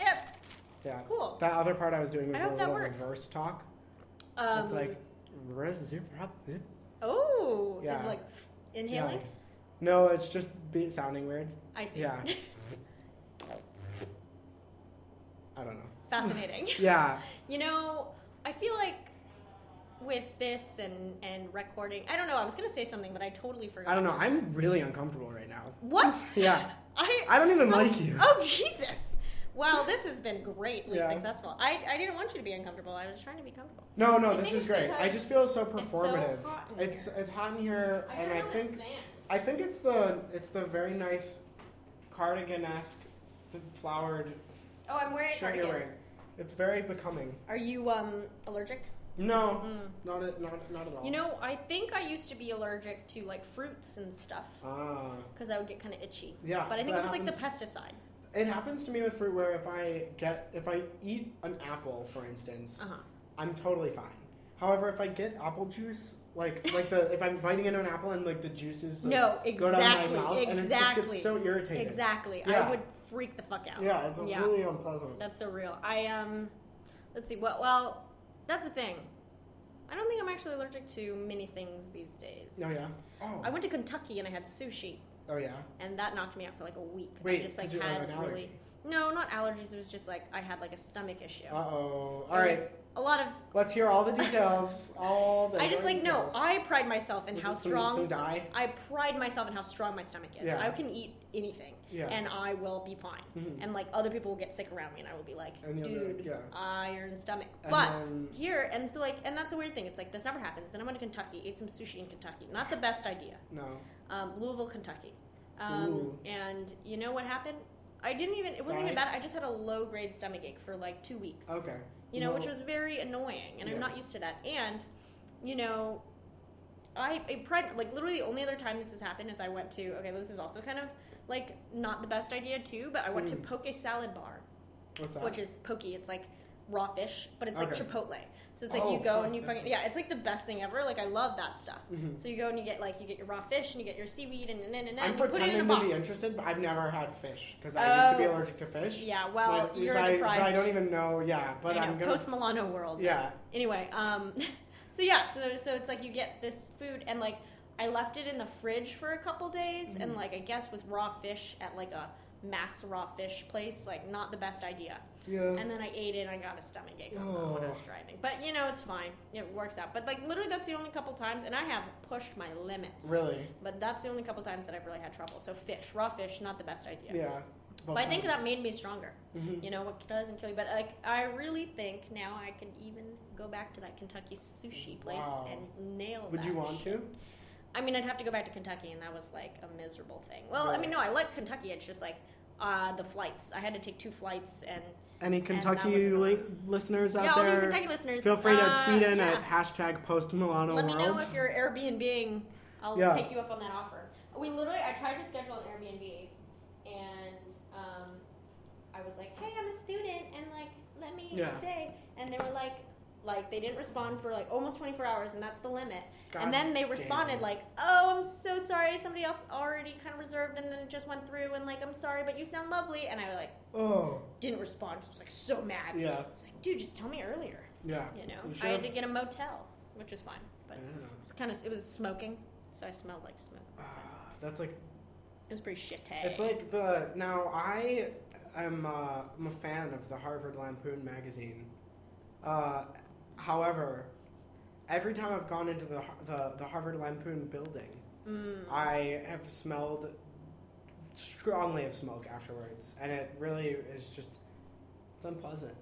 Speaker 1: Yep.
Speaker 2: Yeah.
Speaker 1: Cool.
Speaker 2: That other part I was doing was
Speaker 1: I
Speaker 2: a
Speaker 1: hope that
Speaker 2: little
Speaker 1: works.
Speaker 2: reverse talk.
Speaker 1: Um,
Speaker 2: it's like. "Res- zip- hop- zip."
Speaker 1: oh, is
Speaker 2: Yeah.
Speaker 1: it like inhaling?
Speaker 2: Yeah. No, it's just be- sounding weird.
Speaker 1: I see.
Speaker 2: Yeah. I don't know.
Speaker 1: Fascinating.
Speaker 2: Yeah.
Speaker 1: You know, I feel like with this and and recording, I don't know. I was gonna say something, but I totally forgot.
Speaker 2: I don't know.
Speaker 1: what I was-
Speaker 2: I'm really uncomfortable right now.
Speaker 1: What?
Speaker 2: Yeah.
Speaker 1: I
Speaker 2: I don't even
Speaker 1: Oh,
Speaker 2: like you.
Speaker 1: Oh Jesus! Wow, this has been greatly
Speaker 2: Yeah.
Speaker 1: successful. I, I didn't want you to be uncomfortable. I was trying to be comfortable.
Speaker 2: No, no,
Speaker 1: I
Speaker 2: this
Speaker 1: think
Speaker 2: is
Speaker 1: it's
Speaker 2: great. I
Speaker 1: because
Speaker 2: just feel so
Speaker 1: it's so
Speaker 2: performative.
Speaker 1: hot in
Speaker 2: it's
Speaker 1: here.
Speaker 2: it's hot in here, and I think I think it's the it's the very nice cardigan esque flowered
Speaker 1: Oh, I'm wearing a
Speaker 2: shirt you're
Speaker 1: cardigan.
Speaker 2: wearing. It's very becoming.
Speaker 1: Are you um allergic?
Speaker 2: No,
Speaker 1: Mm.
Speaker 2: not at not, not at all.
Speaker 1: You know, I think I used to be allergic to like fruits and stuff
Speaker 2: Ah,
Speaker 1: because I would get kind of itchy.
Speaker 2: yeah.
Speaker 1: But I think
Speaker 2: that
Speaker 1: it was like the
Speaker 2: happens.
Speaker 1: pesticide.
Speaker 2: It happens to me with fruit where if I get if I eat an apple, for instance,
Speaker 1: Uh huh.
Speaker 2: I'm totally fine. However, if I get apple juice, like like the if I'm biting into an apple and like the juices like,
Speaker 1: No,
Speaker 2: go down
Speaker 1: exactly,
Speaker 2: my mouth and it just
Speaker 1: exactly,
Speaker 2: gets so irritating.
Speaker 1: exactly. I
Speaker 2: Yeah.
Speaker 1: would freak the fuck out.
Speaker 2: Yeah, it's
Speaker 1: Yeah.
Speaker 2: really unpleasant.
Speaker 1: That's so real. I um, let's see. Well, well, that's the thing. I don't think I'm actually allergic to many things these days.
Speaker 2: oh yeah. Oh.
Speaker 1: I went to Kentucky and I had sushi,
Speaker 2: oh yeah.
Speaker 1: and that knocked me out for like a week.
Speaker 2: Wait,
Speaker 1: I just like
Speaker 2: 'cause you have
Speaker 1: had
Speaker 2: an
Speaker 1: really
Speaker 2: allergy.
Speaker 1: no, not allergies. It was just like I had like a stomach issue.
Speaker 2: Uh oh.
Speaker 1: It
Speaker 2: All right.
Speaker 1: was A lot of
Speaker 2: Let's hear all the details. all the.
Speaker 1: I just like no.
Speaker 2: details.
Speaker 1: I pride myself in
Speaker 2: Was
Speaker 1: how
Speaker 2: it some-
Speaker 1: strong
Speaker 2: Some dye.
Speaker 1: I pride myself in how strong my stomach is.
Speaker 2: Yeah.
Speaker 1: I can eat anything,
Speaker 2: Yeah.
Speaker 1: and I will be fine.
Speaker 2: Mhm.
Speaker 1: And like other people will get sick around me, and I will be like,
Speaker 2: And you'll be
Speaker 1: dude,
Speaker 2: like, yeah.
Speaker 1: iron stomach.
Speaker 2: And
Speaker 1: but
Speaker 2: then-
Speaker 1: here and so like, and that's the weird thing. It's like this never happens. Then I went to Kentucky, ate some sushi in Kentucky. Not the best idea.
Speaker 2: no.
Speaker 1: Um, Louisville, Kentucky. Um,
Speaker 2: Ooh.
Speaker 1: and you know what happened? I didn't even. It wasn't even
Speaker 2: Died?
Speaker 1: bad. I just had a low grade stomach ache for like two weeks
Speaker 2: Okay.
Speaker 1: you know, which
Speaker 2: No.
Speaker 1: was very annoying, and I'm
Speaker 2: Yeah.
Speaker 1: not used to that. And, you know, I, I pride like literally the only other time this has happened is I went to okay, this is also kind of like not the best idea too, but I went to
Speaker 2: Mm.
Speaker 1: Poke Salad Bar,
Speaker 2: What's that?
Speaker 1: which is poke. It's like raw fish, but it's like
Speaker 2: Okay.
Speaker 1: Chipotle. So it's like
Speaker 2: Oh,
Speaker 1: you go
Speaker 2: fuck,
Speaker 1: and you
Speaker 2: that
Speaker 1: fucking
Speaker 2: sounds-
Speaker 1: yeah, it's like the best thing ever. Like I love that stuff.
Speaker 2: Mhm.
Speaker 1: So you go and you get like you get your raw fish and you get your seaweed and and and and,
Speaker 2: I'm
Speaker 1: and you put it in a
Speaker 2: pretending to
Speaker 1: box.
Speaker 2: be interested, but I've never had fish because I used to be
Speaker 1: Oh,
Speaker 2: allergic to fish.
Speaker 1: Yeah, well,
Speaker 2: But-
Speaker 1: you're
Speaker 2: so, I, so
Speaker 1: deprived.
Speaker 2: I don't even know. Yeah, but
Speaker 1: I know,
Speaker 2: I'm gonna.
Speaker 1: post Milano world.
Speaker 2: yeah.
Speaker 1: anyway um so yeah so so it's like you get this food and like i left it in the fridge for a couple days and
Speaker 2: Mhm.
Speaker 1: like i guess with raw fish at like a mass raw fish place like not the best idea
Speaker 2: Yeah.
Speaker 1: and then i ate it and i got a stomach ache on that when i was
Speaker 2: Oh.
Speaker 1: driving but you know it's fine it works out but like literally that's the only couple times and i have pushed my limits
Speaker 2: really.
Speaker 1: but that's the only couple times that i've really had trouble so fish raw fish not the best idea
Speaker 2: Yeah.
Speaker 1: but i think that made me stronger
Speaker 2: Mhm.
Speaker 1: you know what doesn't kill you but like i really think now i could even go back to that kentucky sushi place
Speaker 2: Wow.
Speaker 1: and nail
Speaker 2: Would
Speaker 1: that
Speaker 2: you want
Speaker 1: shit.
Speaker 2: to?
Speaker 1: i mean i'd have to go back to kentucky and that was like a miserable thing well i
Speaker 2: Really?
Speaker 1: mean no i like kentucky it's just like uh, the flights i had to take two flights and
Speaker 2: Any
Speaker 1: that was Kentucky li-
Speaker 2: listeners
Speaker 1: yeah all you kentucky listeners uh, yeah.
Speaker 2: hashtag post Milano
Speaker 1: let me know if you're airbnb i'll
Speaker 2: Yeah.
Speaker 1: take you up on that offer we literally i tried to schedule an airbnb and um, i was like hey i'm a student and like let me
Speaker 2: Yeah.
Speaker 1: stay and they were like like they didn't respond for like almost 24 hours and that's the limit and then they responded
Speaker 2: damn.
Speaker 1: like oh i'm so sorry somebody else already kind of reserved and then it just went through and like i'm sorry but you sound lovely and i like
Speaker 2: Oh.
Speaker 1: didn't respond just was like so mad
Speaker 2: Yeah.
Speaker 1: it's like dude just tell me earlier
Speaker 2: Yeah.
Speaker 1: you know
Speaker 2: You
Speaker 1: i had
Speaker 2: should've-
Speaker 1: to get a motel which was fine but
Speaker 2: Yeah.
Speaker 1: it's kind of it was smoking, so I smelled like smoke.
Speaker 2: Ah, that's like
Speaker 1: It was pretty shitty.
Speaker 2: It's like the now I am uh, I'm a fan of the Harvard Lampoon magazine. Uh, however, every time I've gone into the Har- the, the Harvard Lampoon building,
Speaker 1: mm.
Speaker 2: I have smelled strongly of smoke afterwards, and it really is just it's unpleasant.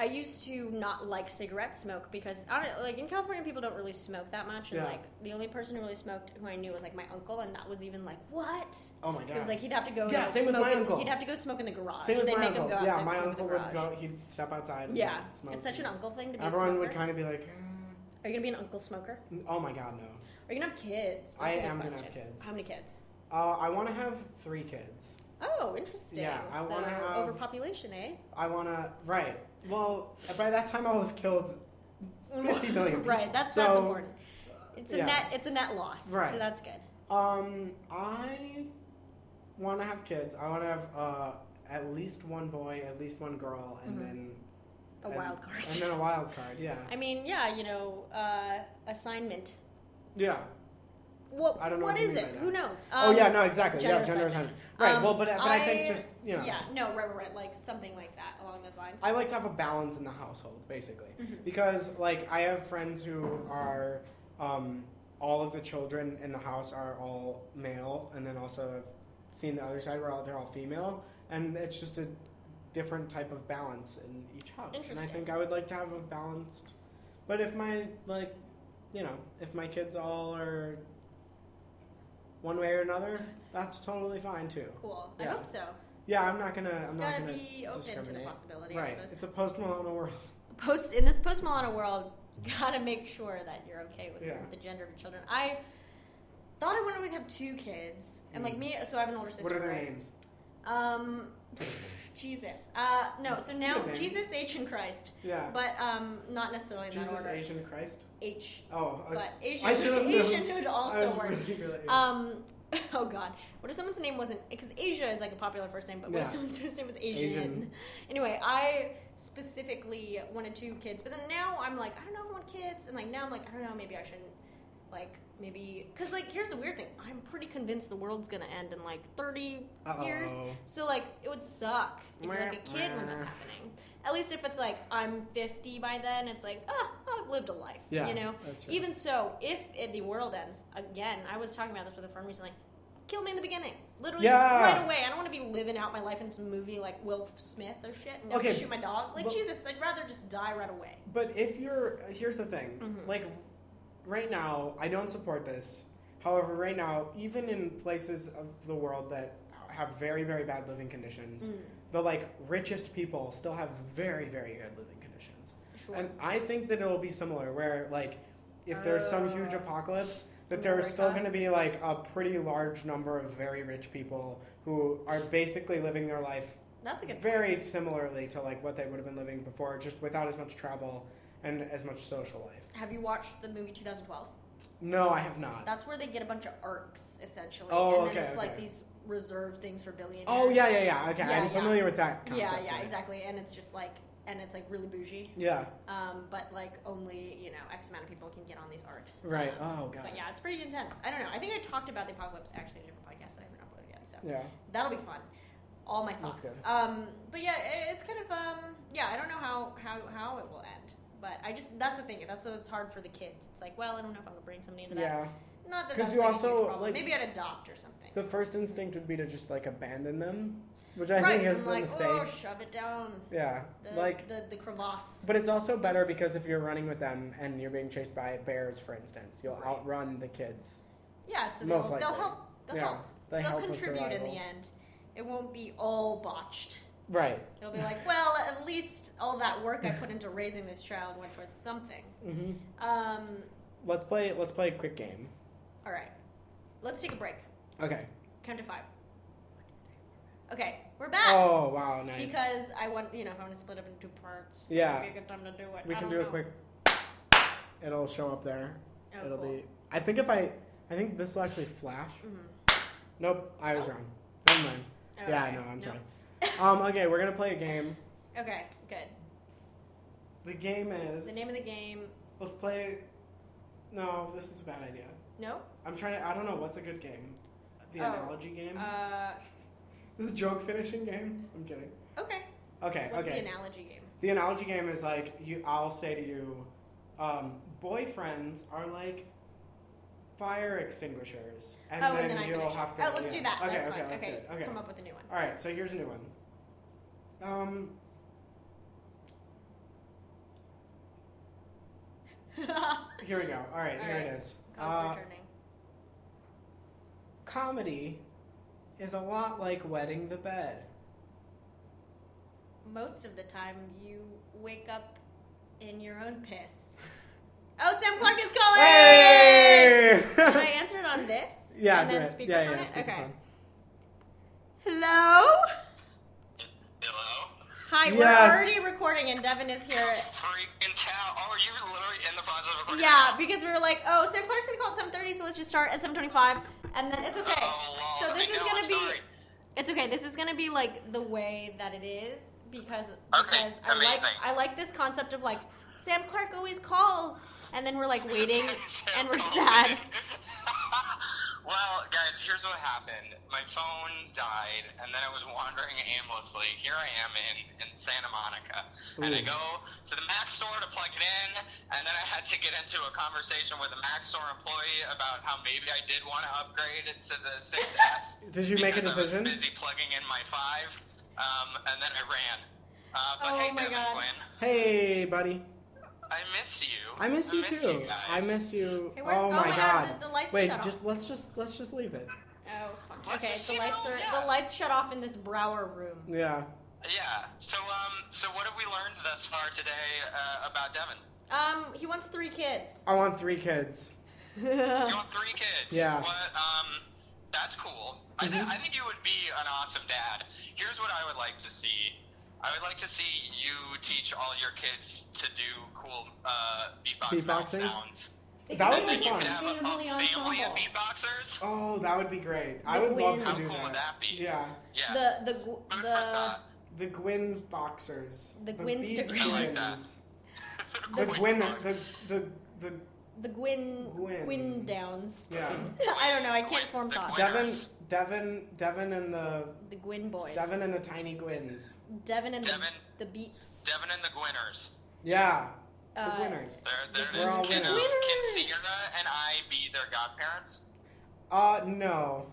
Speaker 1: I used to not like cigarette smoke because I don't like in California people don't really smoke that much, and
Speaker 2: Yeah.
Speaker 1: like the only person who really smoked who I knew was like my uncle, and that was even like what?
Speaker 2: Oh my god!
Speaker 1: It was like he'd have to go.
Speaker 2: Yeah,
Speaker 1: and, like,
Speaker 2: same with
Speaker 1: smoke
Speaker 2: my
Speaker 1: in,
Speaker 2: uncle.
Speaker 1: He'd have to go smoke in the garage.
Speaker 2: Same with
Speaker 1: They'd
Speaker 2: my
Speaker 1: make
Speaker 2: uncle.
Speaker 1: him go outside
Speaker 2: yeah,
Speaker 1: and
Speaker 2: my
Speaker 1: smoke
Speaker 2: uncle
Speaker 1: in the garage.
Speaker 2: would go. He'd step outside. And
Speaker 1: yeah,
Speaker 2: smoke.
Speaker 1: it's such an uncle thing to be. a
Speaker 2: Everyone
Speaker 1: smoker.
Speaker 2: would kind of be like,
Speaker 1: Are you gonna be an uncle smoker?
Speaker 2: "Eh, "Oh my god, no."
Speaker 1: Are you gonna have kids? That's
Speaker 2: I
Speaker 1: a good
Speaker 2: am gonna have
Speaker 1: question.
Speaker 2: kids.
Speaker 1: How many kids?
Speaker 2: Uh, I want to have three kids.
Speaker 1: Oh, interesting.
Speaker 2: Yeah, I
Speaker 1: so,
Speaker 2: wanna have-
Speaker 1: overpopulation, eh?
Speaker 2: I wanna right. Well, by that time I'll have killed. 50 million
Speaker 1: right,
Speaker 2: people.
Speaker 1: that's
Speaker 2: So,
Speaker 1: that's important. It's a
Speaker 2: yeah.
Speaker 1: net it's a net loss. So
Speaker 2: Right.
Speaker 1: that's good.
Speaker 2: Um, I wanna have kids. I wanna have uh at least one boy, at least one girl, and
Speaker 1: Mhm.
Speaker 2: then
Speaker 1: A
Speaker 2: and-
Speaker 1: wild card.
Speaker 2: and then a wild card. Yeah,
Speaker 1: I mean, yeah, you know, uh, assignment.
Speaker 2: yeah.
Speaker 1: What
Speaker 2: I don't know
Speaker 1: what
Speaker 2: what you
Speaker 1: is
Speaker 2: mean
Speaker 1: it?
Speaker 2: by
Speaker 1: Who
Speaker 2: that.
Speaker 1: knows?
Speaker 2: oh yeah, no, exactly.
Speaker 1: Um, gender
Speaker 2: yeah, gender
Speaker 1: assignment.
Speaker 2: assignment. Right.
Speaker 1: Um,
Speaker 2: well, but but I,
Speaker 1: I-
Speaker 2: think just you know,
Speaker 1: Yeah, no, right, right, right, like something like that along those lines.
Speaker 2: I like to have a balance in the household, basically.
Speaker 1: Mhm.
Speaker 2: because like I have friends who are um, all of the children in the house are all male, and then also I've seen the other side where all, they're all female, and it's just a different type of balance in each house. And I
Speaker 1: Interesting.
Speaker 2: think I would like to have a balanced, but if my like, you know, if my kids all are one way or another, that's totally fine too.
Speaker 1: Cool. I
Speaker 2: Yeah.
Speaker 1: hope so.
Speaker 2: Yeah, I'm not gonna. I'm
Speaker 1: You
Speaker 2: not
Speaker 1: gotta
Speaker 2: gonna.
Speaker 1: be open to the
Speaker 2: discriminate.
Speaker 1: possibility, I
Speaker 2: Right,
Speaker 1: suppose.
Speaker 2: it's a post Milano world.
Speaker 1: Post in this post Milano world, you gotta make sure that you're okay with
Speaker 2: Yeah.
Speaker 1: the gender of your children. I thought I would always have two kids, and like
Speaker 2: Mm.
Speaker 1: me, so I have an older sister.
Speaker 2: What are their
Speaker 1: right?
Speaker 2: names?
Speaker 1: Um, Jesus. Uh, no. So
Speaker 2: It's
Speaker 1: now
Speaker 2: your name.
Speaker 1: Jesus, H, and Christ,
Speaker 2: Yeah.
Speaker 1: but um, not necessarily in
Speaker 2: Jesus,
Speaker 1: that order.
Speaker 2: Asian Christ.
Speaker 1: H.
Speaker 2: Oh, I-
Speaker 1: But Asian,
Speaker 2: I should've known.
Speaker 1: Asianhood
Speaker 2: I
Speaker 1: also
Speaker 2: was
Speaker 1: works.
Speaker 2: really, really-
Speaker 1: Um, oh God, what if someone's name wasn't? Because Asia is like a popular first name, but what if
Speaker 2: Yeah.
Speaker 1: someone's first name was Asian?
Speaker 2: Asian.
Speaker 1: Anyway, I specifically wanted two kids, but then now I'm like, I don't know if I want kids, and like now I'm like, I don't know, maybe I shouldn't. Like maybe, because like here's the weird thing, I'm pretty convinced the world's gonna end in like 30 um, years.
Speaker 2: Uh-oh.
Speaker 1: So like it would suck if you're like a kid when that's
Speaker 2: Meh.
Speaker 1: happening. At least if it's like I'm 50 by then, it's like ah, I've lived a life.
Speaker 2: Yeah.
Speaker 1: You know.
Speaker 2: That's right.
Speaker 1: Even so, if it, the world ends again, I was talking about this with a friend recently. Kill me in the beginning, literally
Speaker 2: Yeah.
Speaker 1: just right away. I don't want to be living out my life in some movie like Will Smith or shit and never
Speaker 2: Okay,
Speaker 1: shoot my dog. Like
Speaker 2: but-
Speaker 1: Jesus, I'd rather just die right away.
Speaker 2: But if you're here's the thing,
Speaker 1: Mhm.
Speaker 2: like right now, I don't support this. However, right now, even in places of the world that have very very bad living conditions,
Speaker 1: Mm.
Speaker 2: the like richest people still have very very good living conditions.
Speaker 1: sure.
Speaker 2: And I think that it'll be similar, where like if there's some huge
Speaker 1: Uh,
Speaker 2: apocalypse, that
Speaker 1: in
Speaker 2: there's still
Speaker 1: America?
Speaker 2: going to be like a pretty large number of very rich people who are basically living their life
Speaker 1: that's a good.
Speaker 2: very similarly to like what they would have been living before, just without as much travel and as much social life.
Speaker 1: Have you watched the movie 2012?
Speaker 2: No, I have not.
Speaker 1: That's where they get a bunch of arcs essentially,
Speaker 2: Oh,
Speaker 1: and then
Speaker 2: okay,
Speaker 1: it's like
Speaker 2: okay.
Speaker 1: these reserved things for billionaires.
Speaker 2: Oh yeah, yeah, yeah. Okay,
Speaker 1: Yeah,
Speaker 2: I'm
Speaker 1: yeah.
Speaker 2: familiar with that concept.
Speaker 1: yeah, yeah,
Speaker 2: right?
Speaker 1: exactly. And it's just like, and it's like really bougie.
Speaker 2: Yeah,
Speaker 1: Um, but like only you know X amount of people can get on these arcs.
Speaker 2: right.
Speaker 1: Um,
Speaker 2: Oh god.
Speaker 1: But yeah, it's pretty intense. I don't know. I think I talked about the apocalypse actually in a different podcast that I haven't uploaded yet, so
Speaker 2: Yeah.
Speaker 1: that'll be fun. All my
Speaker 2: That's
Speaker 1: thoughts. Um, but yeah, i- it's kind of um, yeah. I don't know how how how it will end. But I just that's the thing. That's what's hard for the kids. It's like, well, I don't know if I'm gonna bring somebody into that.
Speaker 2: Yeah.
Speaker 1: Not that
Speaker 2: 'Cause
Speaker 1: that's
Speaker 2: you
Speaker 1: like a
Speaker 2: also,
Speaker 1: huge problem.
Speaker 2: like-
Speaker 1: Maybe I'd adopt or something.
Speaker 2: The first instinct would be to just like abandon them, which I
Speaker 1: right.
Speaker 2: think is
Speaker 1: I'm
Speaker 2: a
Speaker 1: like,
Speaker 2: mistake.
Speaker 1: oh, shove it down
Speaker 2: yeah.
Speaker 1: the
Speaker 2: like
Speaker 1: the, the crevasse.
Speaker 2: but it's also better because if you're running with them and you're being chased by bears, for instance, you'll
Speaker 1: Right.
Speaker 2: outrun the kids.
Speaker 1: yeah, so
Speaker 2: most
Speaker 1: they'll, they'll
Speaker 2: likely.
Speaker 1: help. They'll
Speaker 2: yeah.
Speaker 1: help.
Speaker 2: They
Speaker 1: They'll
Speaker 2: help with
Speaker 1: contribute in
Speaker 2: survival.
Speaker 1: the end. It won't be all botched.
Speaker 2: Right.
Speaker 1: It'll be like, well, at least all that work I put into raising this child went towards something.
Speaker 2: hmm
Speaker 1: Um,
Speaker 2: Let's play. Let's play a quick game.
Speaker 1: all right, let's take a break.
Speaker 2: Okay.
Speaker 1: Count to five. Okay, we're back
Speaker 2: Oh wow, nice.
Speaker 1: Ah! because I want you know if I want to split up into two parts. that
Speaker 2: Yeah.
Speaker 1: would be a good time to do it.
Speaker 2: we
Speaker 1: I
Speaker 2: can
Speaker 1: don't
Speaker 2: do a
Speaker 1: know.
Speaker 2: quick. It'll show up there.
Speaker 1: Oh,
Speaker 2: It'll
Speaker 1: cool.
Speaker 2: be. I think if I. I think this will actually flash.
Speaker 1: Mhm.
Speaker 2: Nope, I was
Speaker 1: Oh.
Speaker 2: wrong. Never mind. Yeah, I
Speaker 1: Okay,
Speaker 2: know. I'm sorry. um. Okay, we're gonna play a game.
Speaker 1: Okay, good.
Speaker 2: The game is.
Speaker 1: The name of the game?
Speaker 2: Let's play. No, this is a bad idea.
Speaker 1: No.
Speaker 2: I'm trying to. I don't know what's a good game. The
Speaker 1: Oh,
Speaker 2: analogy game.
Speaker 1: Uh,
Speaker 2: the joke finishing game. I'm kidding.
Speaker 1: okay.
Speaker 2: Okay.
Speaker 1: What's
Speaker 2: okay.
Speaker 1: the analogy game?
Speaker 2: The analogy game is like you. I'll say to you, um, boyfriends are like fire extinguishers, and
Speaker 1: oh, and
Speaker 2: then,
Speaker 1: then I
Speaker 2: you'll
Speaker 1: finish.
Speaker 2: have
Speaker 1: it.
Speaker 2: to.
Speaker 1: oh, let's
Speaker 2: yeah.
Speaker 1: do that.
Speaker 2: Okay,
Speaker 1: That's
Speaker 2: okay,
Speaker 1: fine.
Speaker 2: let's do
Speaker 1: Okay,
Speaker 2: it. Okay.
Speaker 1: come up with a new one.
Speaker 2: All right, so here's a new one. Um, here we go. All right,
Speaker 1: All
Speaker 2: here
Speaker 1: right.
Speaker 2: it is.
Speaker 1: Constant
Speaker 2: Uh,
Speaker 1: turning.
Speaker 2: comedy is a lot like wetting the bed.
Speaker 1: most of the time you wake up in your own piss. Oh, Sam Clark is calling! Should I answer it on this?
Speaker 2: yeah,
Speaker 1: And
Speaker 2: do
Speaker 1: then
Speaker 2: it.
Speaker 1: speakerphone
Speaker 2: yeah, yeah,
Speaker 1: it? Okay.
Speaker 2: speakerphone.
Speaker 1: Hello?
Speaker 3: Hello?
Speaker 1: Hi,
Speaker 2: Yes.
Speaker 1: we're already recording and Devin is here.
Speaker 3: Freaking town. Oh, are you literally in the process of recording?
Speaker 1: Yeah, because we were like, oh, Sam Clark's gonna call at 7.30, so let's just start at 7.25. And then it's okay.
Speaker 3: Oh, wow.
Speaker 1: So this
Speaker 3: I
Speaker 1: is
Speaker 3: know,
Speaker 1: gonna
Speaker 3: I'm
Speaker 1: be-
Speaker 3: sorry.
Speaker 1: It's okay. This is gonna be like the way that it is because because
Speaker 3: Okay,
Speaker 1: I like
Speaker 3: amazing.
Speaker 1: I like this concept of like Sam Clark always calls and then we're like waiting and we're sad.
Speaker 3: well, guys, here's what happened. My phone died, and then I was wandering aimlessly. Here I am in, in Santa Monica. And I
Speaker 2: Ooh.
Speaker 3: go to the Mac store to plug it in, and then I had to get into a conversation with a Mac store employee about how maybe I did want to upgrade it to the 6S.
Speaker 2: Did you make a
Speaker 3: because
Speaker 2: decision?
Speaker 3: I was busy plugging in my 5, um, and then I ran. Uh, but
Speaker 1: Oh
Speaker 3: hey,
Speaker 1: my
Speaker 3: Devin
Speaker 1: God.
Speaker 3: Quinn,
Speaker 2: Hey, buddy.
Speaker 3: I miss you.
Speaker 2: I miss you too.
Speaker 3: guys.
Speaker 2: I miss you.
Speaker 1: Okay, where's-
Speaker 2: oh, my god.
Speaker 1: The, the lights
Speaker 2: Wait,
Speaker 1: shut
Speaker 2: just let's just let's just leave it.
Speaker 1: off. Oh, fuck.
Speaker 3: Let's
Speaker 1: Okay,
Speaker 3: just
Speaker 1: the
Speaker 3: shoot
Speaker 1: lights
Speaker 3: it
Speaker 1: are
Speaker 3: off, yeah.
Speaker 1: the lights shut off in this Brower room.
Speaker 2: Yeah.
Speaker 3: Yeah. So um, so what have we learned thus far today uh, about Devin?
Speaker 1: Um, he wants three kids.
Speaker 2: I want three kids.
Speaker 3: You want three kids.
Speaker 2: Uh, Yeah. Mm-hmm.
Speaker 3: What um, that that's cool. I, th- I think you would be an awesome dad. Here's what I would like to see. I would like to see you teach all your kids to do cool uh, beatbox mouth
Speaker 2: Beatboxing?
Speaker 3: sounds.
Speaker 1: It
Speaker 2: That
Speaker 1: could
Speaker 2: would
Speaker 1: be
Speaker 2: be
Speaker 3: Then you
Speaker 1: like
Speaker 2: fun.
Speaker 3: could have a,
Speaker 1: family
Speaker 3: a family of
Speaker 1: ensemble.
Speaker 3: beatboxers.
Speaker 2: Oh, that would be great. I would love to
Speaker 3: How
Speaker 2: do
Speaker 3: cool would that be?
Speaker 2: Yeah,
Speaker 3: Yeah.
Speaker 1: The the
Speaker 3: Food for
Speaker 1: gw-
Speaker 3: thought.
Speaker 1: the
Speaker 2: the Gwyn boxers.
Speaker 1: The Gwyn
Speaker 2: Bee
Speaker 1: stickers. I
Speaker 3: like that.
Speaker 2: Gwyns. The
Speaker 3: Quick
Speaker 2: Gwyn.
Speaker 3: box.
Speaker 2: The the the
Speaker 1: the Gwyn
Speaker 2: Gwyn.
Speaker 1: Gwyn Downs.
Speaker 2: yeah.
Speaker 1: I don't know. I
Speaker 3: Gwyn-
Speaker 1: can't form
Speaker 3: the
Speaker 1: thoughts.
Speaker 3: Gwyn-
Speaker 2: Devin,
Speaker 3: Winners.
Speaker 2: Devin, Devin, and the
Speaker 1: The Gwyn boys.
Speaker 2: Devin and the tiny Gwyns.
Speaker 1: Devin and
Speaker 3: Devin.
Speaker 1: the, the Beats.
Speaker 3: Devin and the Gwinners.
Speaker 2: Yeah, the
Speaker 1: Uh,
Speaker 2: winners.
Speaker 3: There, there
Speaker 2: We're
Speaker 3: it is.
Speaker 2: all
Speaker 3: Can, uh,
Speaker 1: winners.
Speaker 3: can Sierra and I be their godparents?
Speaker 2: Uh, no.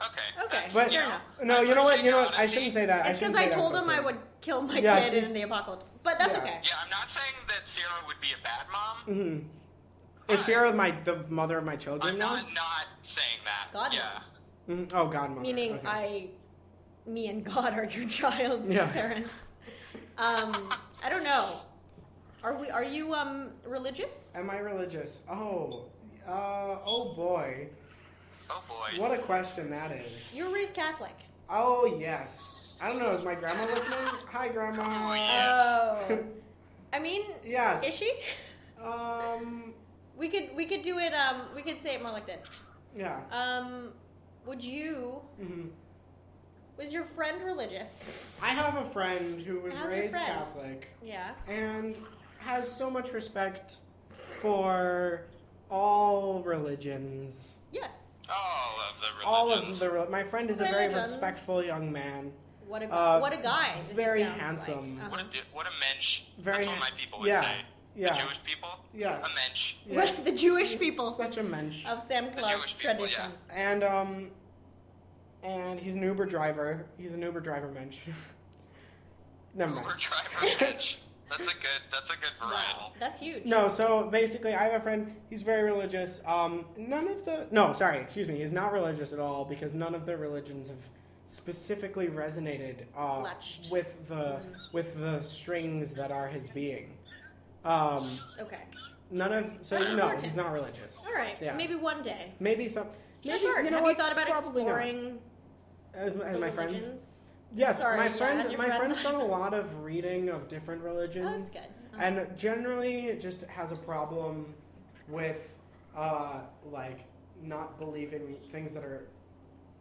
Speaker 3: Okay.
Speaker 1: Okay.
Speaker 3: that's-
Speaker 2: But
Speaker 3: you
Speaker 1: Fair
Speaker 3: know,
Speaker 1: enough.
Speaker 2: no, you know what? You know what? I
Speaker 3: Honesty.
Speaker 2: shouldn't say that.
Speaker 1: It's
Speaker 2: shouldn't
Speaker 1: because I
Speaker 2: say that
Speaker 1: told
Speaker 2: so
Speaker 1: him I
Speaker 2: soon.
Speaker 1: would kill my
Speaker 2: Yeah,
Speaker 1: kid
Speaker 2: she's-
Speaker 1: in the apocalypse, but that's
Speaker 2: Yeah.
Speaker 1: okay.
Speaker 3: Yeah, I'm not saying that Sierra would be a bad mom.
Speaker 2: Mhm. Is Sierra my the mother of my
Speaker 3: I'm
Speaker 2: children now?
Speaker 3: not not saying that.
Speaker 1: Godmother.
Speaker 3: Yeah.
Speaker 2: Mhm. Oh, godmother.
Speaker 1: Meaning
Speaker 2: okay.
Speaker 1: I, me and God are your child's
Speaker 2: Yeah.
Speaker 1: parents. Um, I don't know. Are we? Are you um religious?
Speaker 2: Am I religious? Oh, uh, oh boy,
Speaker 3: Oh boy.
Speaker 2: what a question that is.
Speaker 1: You were raised Catholic.
Speaker 2: Oh yes. I don't know. Is my grandma listening? Hi, grandma.
Speaker 3: Oh, Yes.
Speaker 1: Oh, I mean,
Speaker 2: Yes.
Speaker 1: is she?
Speaker 2: Um.
Speaker 1: We could we could do it. Um, we could say it more like this.
Speaker 2: Yeah.
Speaker 1: Um, would you?
Speaker 2: hmm
Speaker 1: Was your friend religious?
Speaker 2: I have a friend who was
Speaker 1: How's your
Speaker 2: raised
Speaker 1: friend?
Speaker 2: Catholic
Speaker 1: yeah.
Speaker 2: and has so much respect for all religions.
Speaker 1: Yes.
Speaker 3: All of the religions.
Speaker 2: All of the re- my friend is a very
Speaker 1: Religions.
Speaker 2: respectful young man.
Speaker 1: What a
Speaker 2: Uh,
Speaker 1: what a guy. he
Speaker 2: very
Speaker 1: sounds like.
Speaker 2: handsome.
Speaker 1: Uh-huh.
Speaker 3: What a, du- what a mensch.
Speaker 2: Very
Speaker 3: That's what
Speaker 2: ha-
Speaker 3: my people would
Speaker 2: yeah,
Speaker 3: say. The
Speaker 2: Yeah.
Speaker 3: Jewish people?
Speaker 2: Yes.
Speaker 3: A mensch.
Speaker 2: yes.
Speaker 1: the Jewish
Speaker 2: He's
Speaker 1: people Oh.
Speaker 2: Such a mensch.
Speaker 1: of Sam
Speaker 3: The
Speaker 1: Clark's
Speaker 3: Jewish people,
Speaker 1: tradition.
Speaker 2: And um and he's an Uber driver. He's an Uber driver mensch. Never mind.
Speaker 3: Uber driver mensch. That's a good, that's a good
Speaker 1: Wow,
Speaker 3: varietal.
Speaker 1: that's huge.
Speaker 2: No, so basically, I have a friend. He's very religious. Um, none of the no, sorry, excuse me. He's not religious at all because none of the religions have specifically resonated uh,
Speaker 1: Latched. Mm.
Speaker 2: with the with the strings that are his being. Um,
Speaker 1: Okay.
Speaker 2: none of so
Speaker 1: That's
Speaker 2: no,
Speaker 1: important.
Speaker 2: he's not religious.
Speaker 1: All right.
Speaker 2: Yeah.
Speaker 1: Maybe one day.
Speaker 2: Maybe some. Maybe,
Speaker 1: That's hard.
Speaker 2: You know
Speaker 1: Have
Speaker 2: what?
Speaker 1: you thought about
Speaker 2: Probably not.
Speaker 1: exploring
Speaker 2: As, as
Speaker 1: the
Speaker 2: my friend.
Speaker 1: religions?
Speaker 2: Yes,
Speaker 1: Sorry,
Speaker 2: my
Speaker 1: yeah,
Speaker 2: friend.
Speaker 1: as your
Speaker 2: my
Speaker 1: friend.
Speaker 2: friend's done a lot of reading of different religions.
Speaker 1: Oh, that's good. Uh-huh.
Speaker 2: and generally just has a problem with uh, like not believing things that are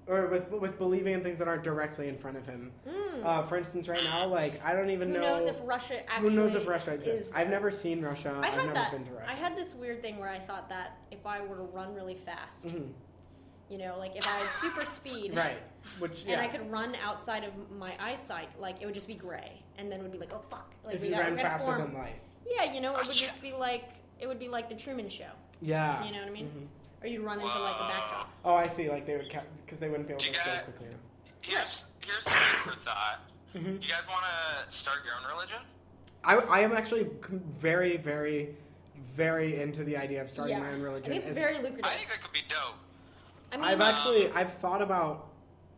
Speaker 2: or with with believing in things that aren't directly in front of him.
Speaker 1: Mm.
Speaker 2: Uh, for instance, right now, like I don't even
Speaker 1: who
Speaker 2: know
Speaker 1: knows if Russia
Speaker 2: who
Speaker 1: actually
Speaker 2: knows if Russia
Speaker 1: is
Speaker 2: exists. I've never seen Russia.
Speaker 1: I
Speaker 2: have
Speaker 1: had
Speaker 2: never
Speaker 1: that.
Speaker 2: been to Russia.
Speaker 1: I had this weird thing where I thought that if I were to run really fast,
Speaker 2: Mhm.
Speaker 1: you know, like if I had super speed,
Speaker 2: Right, which
Speaker 1: and
Speaker 2: yeah,
Speaker 1: I could run outside of my eyesight, like it would just be gray, and then would be like, oh fuck, like
Speaker 2: if
Speaker 1: we
Speaker 2: you
Speaker 1: got,
Speaker 2: ran
Speaker 1: we got
Speaker 2: faster
Speaker 1: form.
Speaker 2: than light,
Speaker 1: Yeah, you know, it
Speaker 3: Oh,
Speaker 1: would
Speaker 3: shit.
Speaker 1: just be like it would be like the Truman Show,
Speaker 2: yeah,
Speaker 1: You know what I mean?
Speaker 2: Mhm.
Speaker 1: or you'd run into like a
Speaker 3: Whoa.
Speaker 1: backdrop.
Speaker 2: Oh, I see. Like they would because they wouldn't be able to
Speaker 3: Do you
Speaker 2: go
Speaker 3: got-
Speaker 2: quickly enough.
Speaker 3: Here's, here's some food for thought.
Speaker 2: Mhm.
Speaker 3: You guys want to start your own religion?
Speaker 2: I, I am actually very, very, very into the idea of starting
Speaker 1: yeah.
Speaker 2: my own religion.
Speaker 1: I think it's
Speaker 2: It's-
Speaker 1: very
Speaker 3: I
Speaker 1: lucrative.
Speaker 3: think that could be dope.
Speaker 1: I mean, uh,
Speaker 2: I've actually I've thought about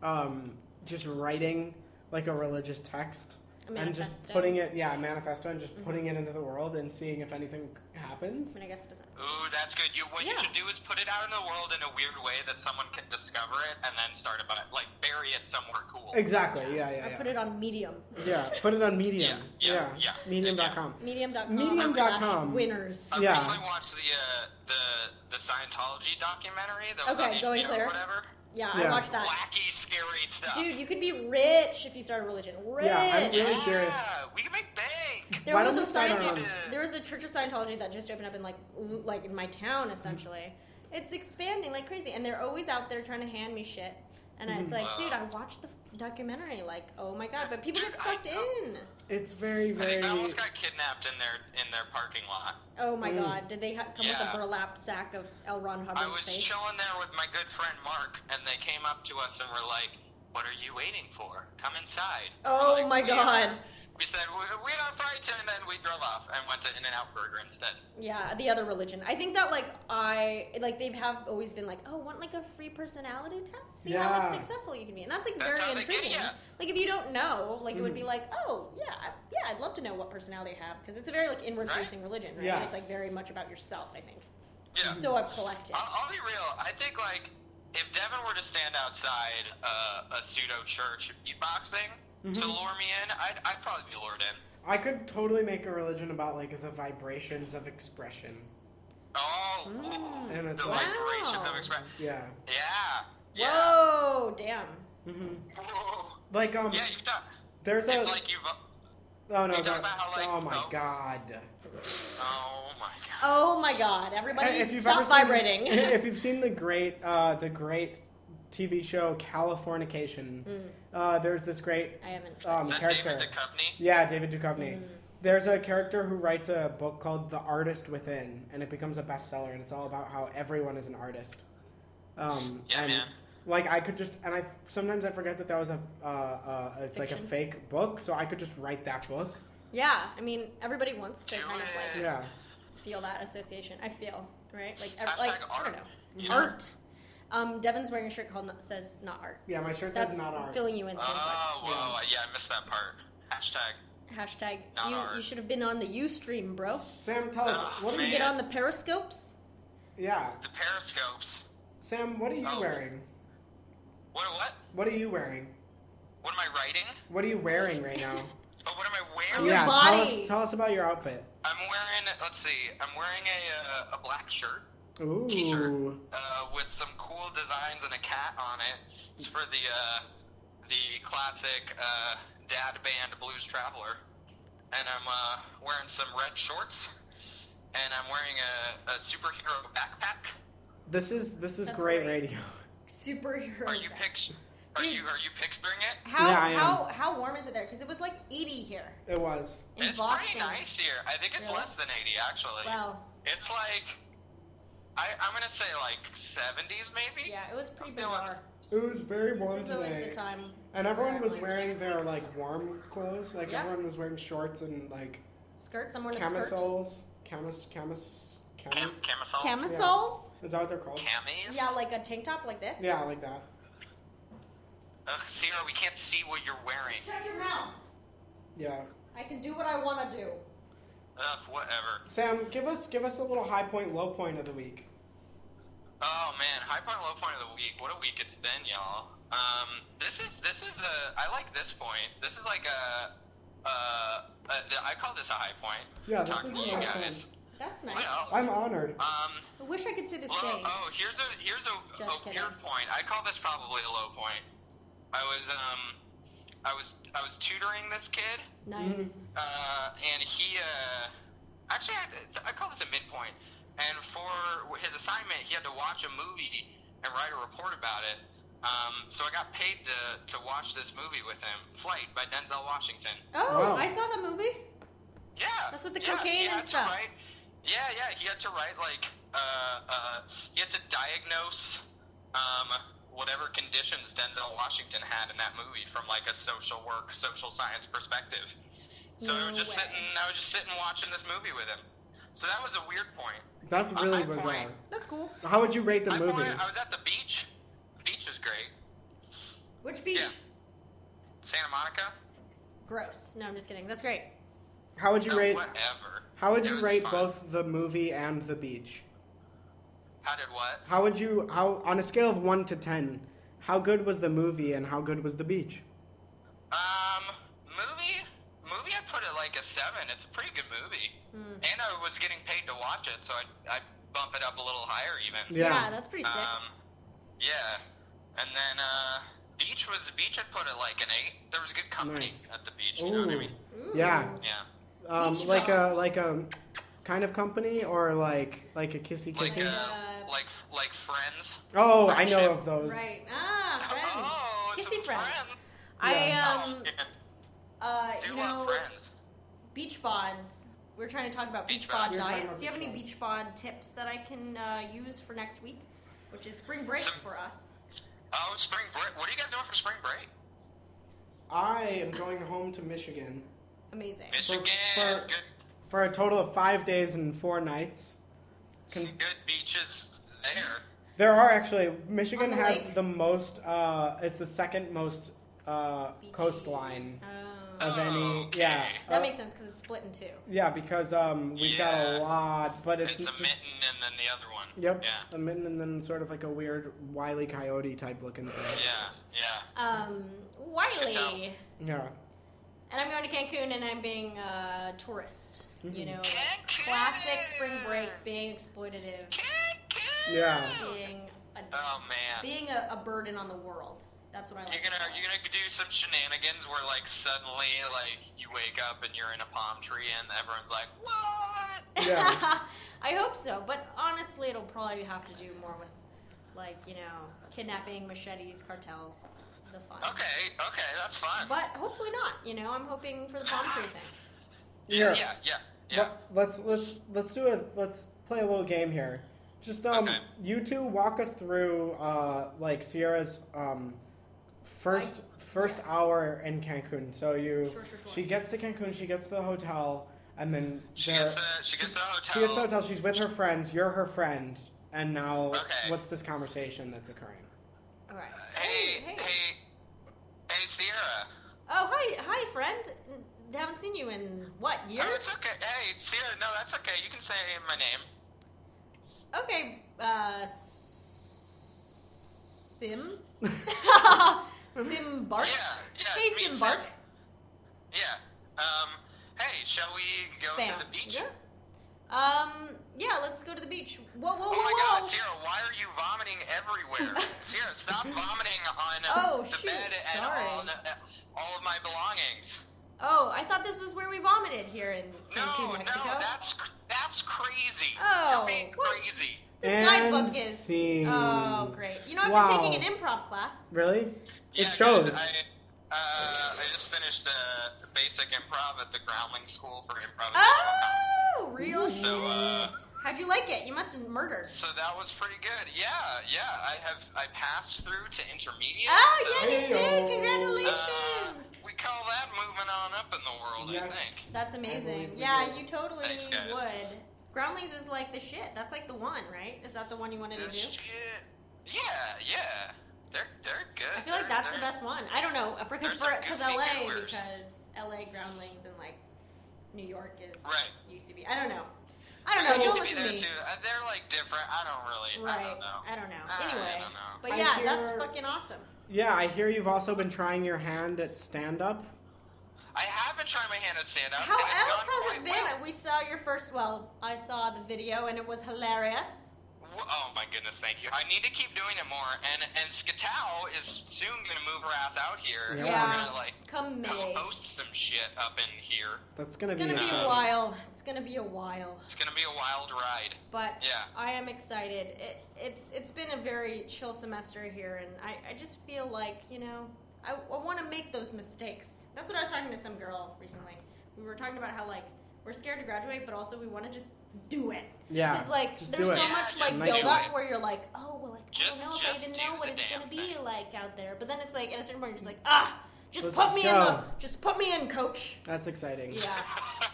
Speaker 2: um, just writing like a religious text
Speaker 1: a
Speaker 2: and
Speaker 1: manifesto.
Speaker 2: just putting it yeah a manifesto and just
Speaker 1: Mhm.
Speaker 2: putting it into the world and seeing if anything c-
Speaker 1: I
Speaker 2: happens.
Speaker 1: mean, I guess it doesn't.
Speaker 3: Ooh, that's good. You what
Speaker 1: Yeah.
Speaker 3: you should do is put it out in the world in a weird way that someone can discover it and then start about it. Like bury it somewhere cool.
Speaker 2: Exactly. Yeah. Yeah.
Speaker 1: I
Speaker 2: yeah.
Speaker 1: put it on Medium.
Speaker 2: yeah. Put it on Medium.
Speaker 3: Yeah, yeah, yeah.
Speaker 2: Medium.com.
Speaker 1: Medium.com.
Speaker 2: Medium dot com. Um,
Speaker 1: slash Winners.
Speaker 3: I
Speaker 2: Yeah.
Speaker 3: recently watched the uh, the the Scientology documentary that was
Speaker 1: Okay,
Speaker 3: on HBO
Speaker 1: going
Speaker 3: or
Speaker 1: clear.
Speaker 3: whatever.
Speaker 1: Yeah,
Speaker 2: Yeah.
Speaker 1: I watched that.
Speaker 3: Wacky, scary stuff.
Speaker 1: Dude, you could be rich if you started a religion. Rich.
Speaker 2: Yeah, I'm
Speaker 3: yeah,
Speaker 2: really serious.
Speaker 3: we can make bank.
Speaker 1: There
Speaker 2: Why
Speaker 1: was
Speaker 2: don't
Speaker 1: a
Speaker 2: we start
Speaker 1: Scientology.
Speaker 2: our
Speaker 3: own?
Speaker 1: There was a Church of Scientology that just opened up in like l- like in my town essentially. It's expanding like crazy, and they're always out there trying to hand me shit. And
Speaker 2: Mm-hmm.
Speaker 1: I it's like,
Speaker 3: Wow.
Speaker 1: dude, I watched the f- documentary. Like, oh my god! But people
Speaker 3: Dude,
Speaker 1: get sucked
Speaker 3: I know.
Speaker 1: in.
Speaker 2: It's very
Speaker 3: I
Speaker 2: very.
Speaker 3: think I almost got kidnapped in their in their parking lot.
Speaker 1: Oh my
Speaker 2: Mm.
Speaker 1: god! Did they ha- come
Speaker 3: Yeah.
Speaker 1: with a burlap sack of L. Ron
Speaker 3: I
Speaker 1: Hubbard's
Speaker 3: was
Speaker 1: face?
Speaker 3: chilling there with my good friend Mark, and they came up to us and were like, "What are you waiting for? Come inside." We're
Speaker 1: Oh
Speaker 3: like,
Speaker 1: my
Speaker 3: "We
Speaker 1: God.
Speaker 3: are." We said we, we are frightened, and then we drove off and went to In-N-Out Burger instead.
Speaker 1: Yeah, the other religion. I think that like I like they have always been like, oh, want like a free personality test? See how like
Speaker 2: Yeah.
Speaker 1: successful you can be, and that's like
Speaker 3: That's how
Speaker 1: very
Speaker 3: they get
Speaker 1: intriguing.
Speaker 3: ya. Mm.
Speaker 1: Like if you don't know, like it would be
Speaker 2: Mhm.
Speaker 1: like, oh yeah, I, yeah, I'd love to know what personality I have because it's a very like inward facing religion, right?
Speaker 2: Yeah.
Speaker 1: It's like very much about yourself, I think.
Speaker 3: Yeah.
Speaker 1: So I've collected.
Speaker 3: I'll, I'll be real. I think like if Devin were to stand outside uh, a pseudo church beatboxing to
Speaker 1: Mm-hmm.
Speaker 2: Mhm.
Speaker 3: lure me in, I'd, I'd probably be lured in.
Speaker 2: I could totally make a religion about like the vibrations of expression.
Speaker 3: Oh,
Speaker 1: Mm.
Speaker 2: And it's
Speaker 3: the
Speaker 2: like-
Speaker 3: vibration
Speaker 1: Wow.
Speaker 3: of expression.
Speaker 2: Yeah.
Speaker 3: Yeah, yeah.
Speaker 1: Whoa, damn. Mm-hmm.
Speaker 2: hmm
Speaker 3: Whoa.
Speaker 2: Like um,
Speaker 3: Yeah, you've done.
Speaker 2: there's a
Speaker 3: It's like you've.
Speaker 2: oh
Speaker 3: you
Speaker 2: no,
Speaker 3: talk
Speaker 2: that-
Speaker 3: about how, like,
Speaker 2: oh my
Speaker 3: oh.
Speaker 2: god.
Speaker 3: Oh my god.
Speaker 1: Oh my god, everybody
Speaker 2: If you've ever
Speaker 1: stop
Speaker 2: seen-
Speaker 1: vibrating.
Speaker 2: if you've seen the great uh, the great TV show Californication,
Speaker 1: Mm,
Speaker 2: uh, there's this great
Speaker 1: I haven't.
Speaker 2: um,
Speaker 3: Is that
Speaker 2: character.
Speaker 3: David Duchovny?
Speaker 2: Yeah, David Duchovny.
Speaker 1: Mm.
Speaker 2: There's a character who writes a book called The Artist Within, and it becomes a bestseller, and it's all about how everyone is an artist. Um,
Speaker 3: Yeah,
Speaker 2: and,
Speaker 3: man.
Speaker 2: Like I could just, and I sometimes I forget that that was a, uh, uh, it's like a
Speaker 1: Fiction.
Speaker 2: fake book, so I could just write that book.
Speaker 1: Yeah, I mean, everybody wants to
Speaker 3: Do
Speaker 1: kind of like
Speaker 3: it.
Speaker 2: Yeah,
Speaker 1: feel that association. I feel right, like ev-
Speaker 3: Hashtag
Speaker 1: like I
Speaker 3: art,
Speaker 1: don't know
Speaker 3: you know?
Speaker 1: art. Um, Devin's wearing a shirt called not, says not art.
Speaker 2: yeah. My shirt
Speaker 1: That's
Speaker 2: says not art.
Speaker 1: filling you in.
Speaker 3: Oh,
Speaker 1: some part.
Speaker 3: whoa. Yeah, I missed that part. Hashtag.
Speaker 1: Hashtag
Speaker 3: Not
Speaker 1: you,
Speaker 3: art.
Speaker 1: you should have been on the UStream, bro.
Speaker 2: Sam, tell us
Speaker 3: Ah,
Speaker 2: what
Speaker 1: Should
Speaker 2: are
Speaker 1: you
Speaker 2: you?
Speaker 1: get
Speaker 3: Man.
Speaker 1: on the periscopes?
Speaker 2: Yeah,
Speaker 3: The periscopes.
Speaker 2: Sam, what are you
Speaker 3: Oh.
Speaker 2: wearing?
Speaker 3: What? What?
Speaker 2: What are you wearing?
Speaker 3: What am I writing?
Speaker 2: What are you wearing right now?
Speaker 3: Oh, what am I
Speaker 1: Your
Speaker 3: wearing?
Speaker 2: yeah, tell
Speaker 1: body.
Speaker 2: us, tell us about your outfit.
Speaker 3: I'm wearing. Let's see. I'm wearing a uh, a black shirt
Speaker 2: Ooh,
Speaker 3: T-shirt. uh, with some cool designs and a cat on it. It's for the uh, the classic uh, dad band Blues Traveler. And I'm uh, wearing some red shorts. And I'm wearing a, a superhero backpack.
Speaker 2: this is this is
Speaker 1: That's
Speaker 2: great,
Speaker 1: great.
Speaker 2: radio.
Speaker 1: Superhero.
Speaker 3: Are you
Speaker 1: back.
Speaker 3: pict- Are
Speaker 1: Dude.
Speaker 3: you are you picturing it?
Speaker 1: How
Speaker 2: Yeah, I am.
Speaker 1: how how warm is it there? Because it was like 80 here
Speaker 2: It was.
Speaker 1: in
Speaker 3: it's
Speaker 1: Boston.
Speaker 3: pretty nice here. I think it's
Speaker 1: Really?
Speaker 3: less than 80 actually.
Speaker 1: Wow.
Speaker 3: It's like I, I'm gonna say like 70s maybe.
Speaker 1: Yeah, it was pretty
Speaker 3: I'm feeling-
Speaker 1: bizarre.
Speaker 2: It was very warm
Speaker 1: This is
Speaker 2: today.
Speaker 1: always the time.
Speaker 2: And everyone was
Speaker 1: Apparently.
Speaker 2: wearing their like warm clothes. Like
Speaker 1: Yeah.
Speaker 2: everyone was wearing shorts and like
Speaker 1: Skirts. Someone a skirt.
Speaker 2: camisoles. Camis camis
Speaker 3: Cam-
Speaker 2: camis.
Speaker 3: camisoles.
Speaker 1: Camisoles.
Speaker 2: Is that what they're called?
Speaker 3: Camis.
Speaker 1: Yeah, like a tank top like this.
Speaker 2: Yeah, like that.
Speaker 3: Ugh, Sierra, we can't see what you're wearing.
Speaker 1: Shut your mouth.
Speaker 2: Yeah.
Speaker 1: I can do what I want to do.
Speaker 3: Ugh, whatever.
Speaker 2: Sam, give us give us a little high point, low point of the week.
Speaker 3: Oh man, high point, low point of the week. What a week it's been, y'all. Um, this is this is a. I like this point. This is like a. Uh, a I call this a high point.
Speaker 2: Yeah, this
Speaker 3: Talking
Speaker 2: is
Speaker 3: to
Speaker 2: a
Speaker 3: you
Speaker 2: nice
Speaker 3: guys.
Speaker 2: point.
Speaker 1: That's
Speaker 3: What
Speaker 1: nice.
Speaker 3: else?
Speaker 2: I'm honored.
Speaker 3: Um,
Speaker 1: I wish I could say the
Speaker 3: Well,
Speaker 1: same.
Speaker 3: oh, here's a here's a,
Speaker 1: Just
Speaker 3: a
Speaker 1: kidding.
Speaker 3: weird point. I call this probably a low point. I was um, I was I was tutoring this kid,
Speaker 1: Nice.
Speaker 3: uh, and he uh, actually I, I call this a midpoint. And for his assignment, he had to watch a movie and write a report about it. Um, so I got paid to to watch this movie with him, Flight by Denzel Washington.
Speaker 1: oh,
Speaker 2: wow.
Speaker 1: I saw the movie.
Speaker 3: Yeah.
Speaker 1: That's with the
Speaker 3: yeah,
Speaker 1: cocaine
Speaker 3: he
Speaker 1: and
Speaker 3: had to
Speaker 1: stuff.
Speaker 3: Write, yeah, yeah. He had to write like uh, uh, he had to diagnose um, whatever conditions Denzel Washington had in that movie from like a social work, social science perspective. So I was
Speaker 1: No
Speaker 3: just
Speaker 1: way.
Speaker 3: sitting, I was just sitting watching this movie with him. So that was a weird point.
Speaker 2: That's
Speaker 3: a
Speaker 2: really
Speaker 3: high
Speaker 2: bizarre.
Speaker 3: point.
Speaker 1: That's cool.
Speaker 2: How would you rate the
Speaker 3: I,
Speaker 2: movie?
Speaker 3: wanted- I was at the beach. Beach is great.
Speaker 1: Which beach?
Speaker 3: Yeah. Santa Monica.
Speaker 1: Gross. No, I'm just kidding. That's great.
Speaker 2: How would you
Speaker 3: Oh,
Speaker 2: rate?
Speaker 3: whatever.
Speaker 2: How would
Speaker 3: It
Speaker 2: you
Speaker 3: was
Speaker 2: rate
Speaker 3: fun.
Speaker 2: both the movie and the beach?
Speaker 3: How did what?
Speaker 2: How would you how on a scale of one to ten? How good was the movie and how good was the beach?
Speaker 3: Um, movie, movie. I put it like a seven. It's a pretty good movie,
Speaker 1: Mm.
Speaker 3: and I was getting paid to watch it, so I I bump it up a little higher even.
Speaker 2: Yeah.
Speaker 1: that's pretty sick.
Speaker 3: Um, yeah, and then uh, beach was beach. I put it like an eight. There was good company
Speaker 2: Nice.
Speaker 3: at the beach. You know what I
Speaker 2: Ooh.
Speaker 3: mean?
Speaker 1: Ooh.
Speaker 2: yeah.
Speaker 3: Yeah,
Speaker 2: Um,
Speaker 1: Beach
Speaker 2: like a
Speaker 1: balls.
Speaker 2: like a kind of company or like like a kissy kissy.
Speaker 3: like
Speaker 1: Kissing?
Speaker 3: uh,
Speaker 1: Uh,
Speaker 3: like like friends.
Speaker 2: oh, I know
Speaker 3: friendship.
Speaker 2: of those.
Speaker 1: Right. Ah, friends.
Speaker 3: Oh, some
Speaker 1: Kissy friends.
Speaker 2: Yeah.
Speaker 1: I
Speaker 3: Oh,
Speaker 1: um
Speaker 3: yeah.
Speaker 1: uh
Speaker 3: do
Speaker 1: you
Speaker 3: love
Speaker 1: know
Speaker 3: friends.
Speaker 1: beach bods. We're trying to talk about beach
Speaker 3: Beach
Speaker 1: bod
Speaker 2: bod. We're talking
Speaker 1: diets.
Speaker 2: about
Speaker 1: Do you have
Speaker 2: beach
Speaker 1: any
Speaker 2: bods.
Speaker 1: beach bod tips that I can uh, use for next week, which is spring break
Speaker 3: Some-
Speaker 1: for us?
Speaker 3: Oh, spring break. What are you guys doing for spring break?
Speaker 2: I am going home to Michigan
Speaker 1: Amazing.
Speaker 3: Michigan.
Speaker 2: for-
Speaker 3: good
Speaker 2: for a total of five days and four nights.
Speaker 3: some
Speaker 2: Can-
Speaker 3: good beaches there.
Speaker 2: There are actually Michigan
Speaker 1: On the
Speaker 2: has
Speaker 1: lake?
Speaker 2: the most. Uh, it's the second most uh,
Speaker 1: Beachy.
Speaker 2: coastline
Speaker 1: Oh.
Speaker 2: of any. Yeah.
Speaker 1: That
Speaker 2: uh,
Speaker 1: makes sense because it's split in two.
Speaker 2: yeah, because um, we've got
Speaker 3: Yeah.
Speaker 2: a lot, but it's,
Speaker 3: It's, a
Speaker 2: just-
Speaker 3: mitten and then the other one.
Speaker 2: Yep.
Speaker 3: Yeah.
Speaker 2: A mitten and then sort of like a weird wily coyote type looking thing.
Speaker 3: Yeah. Yeah.
Speaker 1: Um, Wiley,
Speaker 2: Yeah.
Speaker 1: and I'm going to Cancun, and I'm being a tourist. You
Speaker 2: Mhm.
Speaker 1: know, like
Speaker 3: Cancun!
Speaker 1: classic spring break, being exploitative,
Speaker 2: Yeah.
Speaker 1: being a
Speaker 3: Oh man.
Speaker 1: being a, a burden on the world. That's what I like.
Speaker 3: You're gonna you're gonna do some shenanigans where like suddenly like you wake up and you're in a palm tree and everyone's like what?
Speaker 2: Yeah.
Speaker 1: I hope so, but honestly, it'll probably have to do more with, like you know, kidnapping, machetes, cartels, the fun.
Speaker 3: Okay, okay, that's fine.
Speaker 1: But hopefully not. You know, I'm hoping for the palm tree thing.
Speaker 3: Yeah, yeah, yeah, yeah.
Speaker 2: Let- Let's let's let's do it. Let's play a little game here. Just um,
Speaker 3: Okay.
Speaker 2: you two walk us through uh like Sierra's um first first
Speaker 1: yes.
Speaker 2: hour in Cancun. So you
Speaker 1: Sure, sure, sure.
Speaker 2: she gets to Cancun, she gets to the hotel, and then
Speaker 3: She
Speaker 2: there-
Speaker 3: gets the she gets the hotel.
Speaker 2: uh, she gets to the hotel. She's with her friends. You're her friend, and now
Speaker 3: Okay.
Speaker 2: what's this conversation that's occurring?
Speaker 1: All right.
Speaker 3: Hey, hey, hey, Sierra.
Speaker 1: Oh, hi, hi, friend. N- Haven't seen you in what
Speaker 3: Oh,
Speaker 1: years?
Speaker 3: it's okay. Hey, Sierra. No, that's okay. You can say my name.
Speaker 1: Okay, uh, S- Sim, Sim Bark.
Speaker 3: Yeah, yeah.
Speaker 1: hey,
Speaker 3: it's me,
Speaker 1: Sim Bark.
Speaker 3: Yeah. Um. Hey, shall we go
Speaker 1: Spam.
Speaker 3: to the beach?
Speaker 1: Yeah. Um. Yeah. Let's go to the beach. Whoa, whoa, whoa,
Speaker 3: Oh my
Speaker 1: whoa.
Speaker 3: God, Sierra! Why are you vomiting everywhere? Sierra, stop vomiting on
Speaker 1: Oh,
Speaker 3: the
Speaker 1: shoot,
Speaker 3: bed and
Speaker 1: sorry.
Speaker 3: all, all of my belongings.
Speaker 1: oh, I thought this was where we vomited here in Cancun,
Speaker 3: No,
Speaker 1: Mexico.
Speaker 3: no, that's cr- that's crazy.
Speaker 1: Oh,
Speaker 3: You're being
Speaker 1: what?
Speaker 3: crazy.
Speaker 1: this
Speaker 2: And
Speaker 1: guidebook is.
Speaker 2: scene.
Speaker 1: Oh, great. You know, I've
Speaker 2: Wow.
Speaker 1: been taking an improv class.
Speaker 2: Really?
Speaker 3: Yeah,
Speaker 2: it
Speaker 3: 'cause
Speaker 2: shows.
Speaker 3: I, uh, I just finished uh, basic improv at the Groundling School for Improvisational Comedy.
Speaker 1: Oh, real shit.
Speaker 3: So, uh,
Speaker 1: How'd you like it? You must have murdered.
Speaker 3: So that was pretty good. Yeah, yeah. I have I passed through to intermediate.
Speaker 1: Oh,
Speaker 3: so,
Speaker 1: yeah, you did.
Speaker 2: Hey-o.
Speaker 3: uh,
Speaker 1: Congratulations.
Speaker 3: we call that moving on up in the world. I think.
Speaker 1: That's
Speaker 2: I
Speaker 1: amazing.
Speaker 2: believe we
Speaker 1: Yeah,
Speaker 2: did.
Speaker 1: you totally
Speaker 3: Thanks, guys.
Speaker 1: would. Groundlings is like the shit. That's like the one, right? Is that the one you wanted to
Speaker 3: This
Speaker 1: do?
Speaker 3: shit- Yeah, yeah. They're they're good.
Speaker 1: I feel like
Speaker 3: They're-
Speaker 1: that's the
Speaker 3: they're-
Speaker 1: best one. I don't know because
Speaker 3: There's
Speaker 1: for
Speaker 3: some
Speaker 1: because
Speaker 3: goofy
Speaker 1: LA
Speaker 3: doers.
Speaker 1: because LA Groundlings and like New York is
Speaker 3: Right.
Speaker 1: used to be. I don't know. I
Speaker 3: They
Speaker 1: don't know.
Speaker 3: used
Speaker 1: Don't
Speaker 3: to be
Speaker 1: listen to
Speaker 3: there
Speaker 1: me.
Speaker 3: too. Uh, They're like different. I don't really.
Speaker 1: Right.
Speaker 3: I don't know. I
Speaker 1: Anyway,
Speaker 3: don't know.
Speaker 1: but
Speaker 2: I
Speaker 1: yeah,
Speaker 2: hear-
Speaker 1: that's fucking awesome.
Speaker 2: yeah, I hear you've also been trying your hand at stand up.
Speaker 3: I have been trying my hand at stand up.
Speaker 1: How
Speaker 3: and it's
Speaker 1: else
Speaker 3: gone
Speaker 1: has it
Speaker 3: quite
Speaker 1: been?
Speaker 3: well.
Speaker 1: We saw your first. Well, I saw the video and it was hilarious.
Speaker 3: W- Oh my goodness, thank you. I need to keep doing it more. And and Skatow is soon gonna move her ass out here. And
Speaker 2: Yeah.
Speaker 3: we're gonna like
Speaker 1: Come May.
Speaker 3: host some shit up in here.
Speaker 2: That's gonna
Speaker 1: It's
Speaker 2: be
Speaker 1: gonna be a
Speaker 2: exciting.
Speaker 1: while. It's gonna be a while.
Speaker 3: It's gonna be a wild ride.
Speaker 1: but
Speaker 3: Yeah.
Speaker 1: I am excited. It, it's it's been a very chill semester here, and I, I just feel like you know I, I want to make those mistakes. That's what I was talking to some girl recently. We were talking about how like we're scared to graduate, but also we want to just do it.
Speaker 2: Yeah.
Speaker 1: Because like
Speaker 2: just
Speaker 1: there's
Speaker 2: do
Speaker 1: so
Speaker 2: it.
Speaker 3: Yeah,
Speaker 1: much like
Speaker 2: just
Speaker 1: build
Speaker 2: do
Speaker 1: up
Speaker 3: it.
Speaker 1: where you're like, oh well, like I
Speaker 3: Just-
Speaker 1: don't know if I
Speaker 3: just
Speaker 1: didn't
Speaker 3: do
Speaker 1: know what
Speaker 3: the
Speaker 1: it's gonna
Speaker 3: damn
Speaker 1: be
Speaker 3: thing.
Speaker 1: like out there. But then it's like at a certain point you're just like, ah, just
Speaker 2: Let's
Speaker 1: put
Speaker 2: Mm-hmm. just
Speaker 1: me in
Speaker 2: go.
Speaker 1: the, just put me in, coach.
Speaker 2: That's exciting.
Speaker 1: Yeah.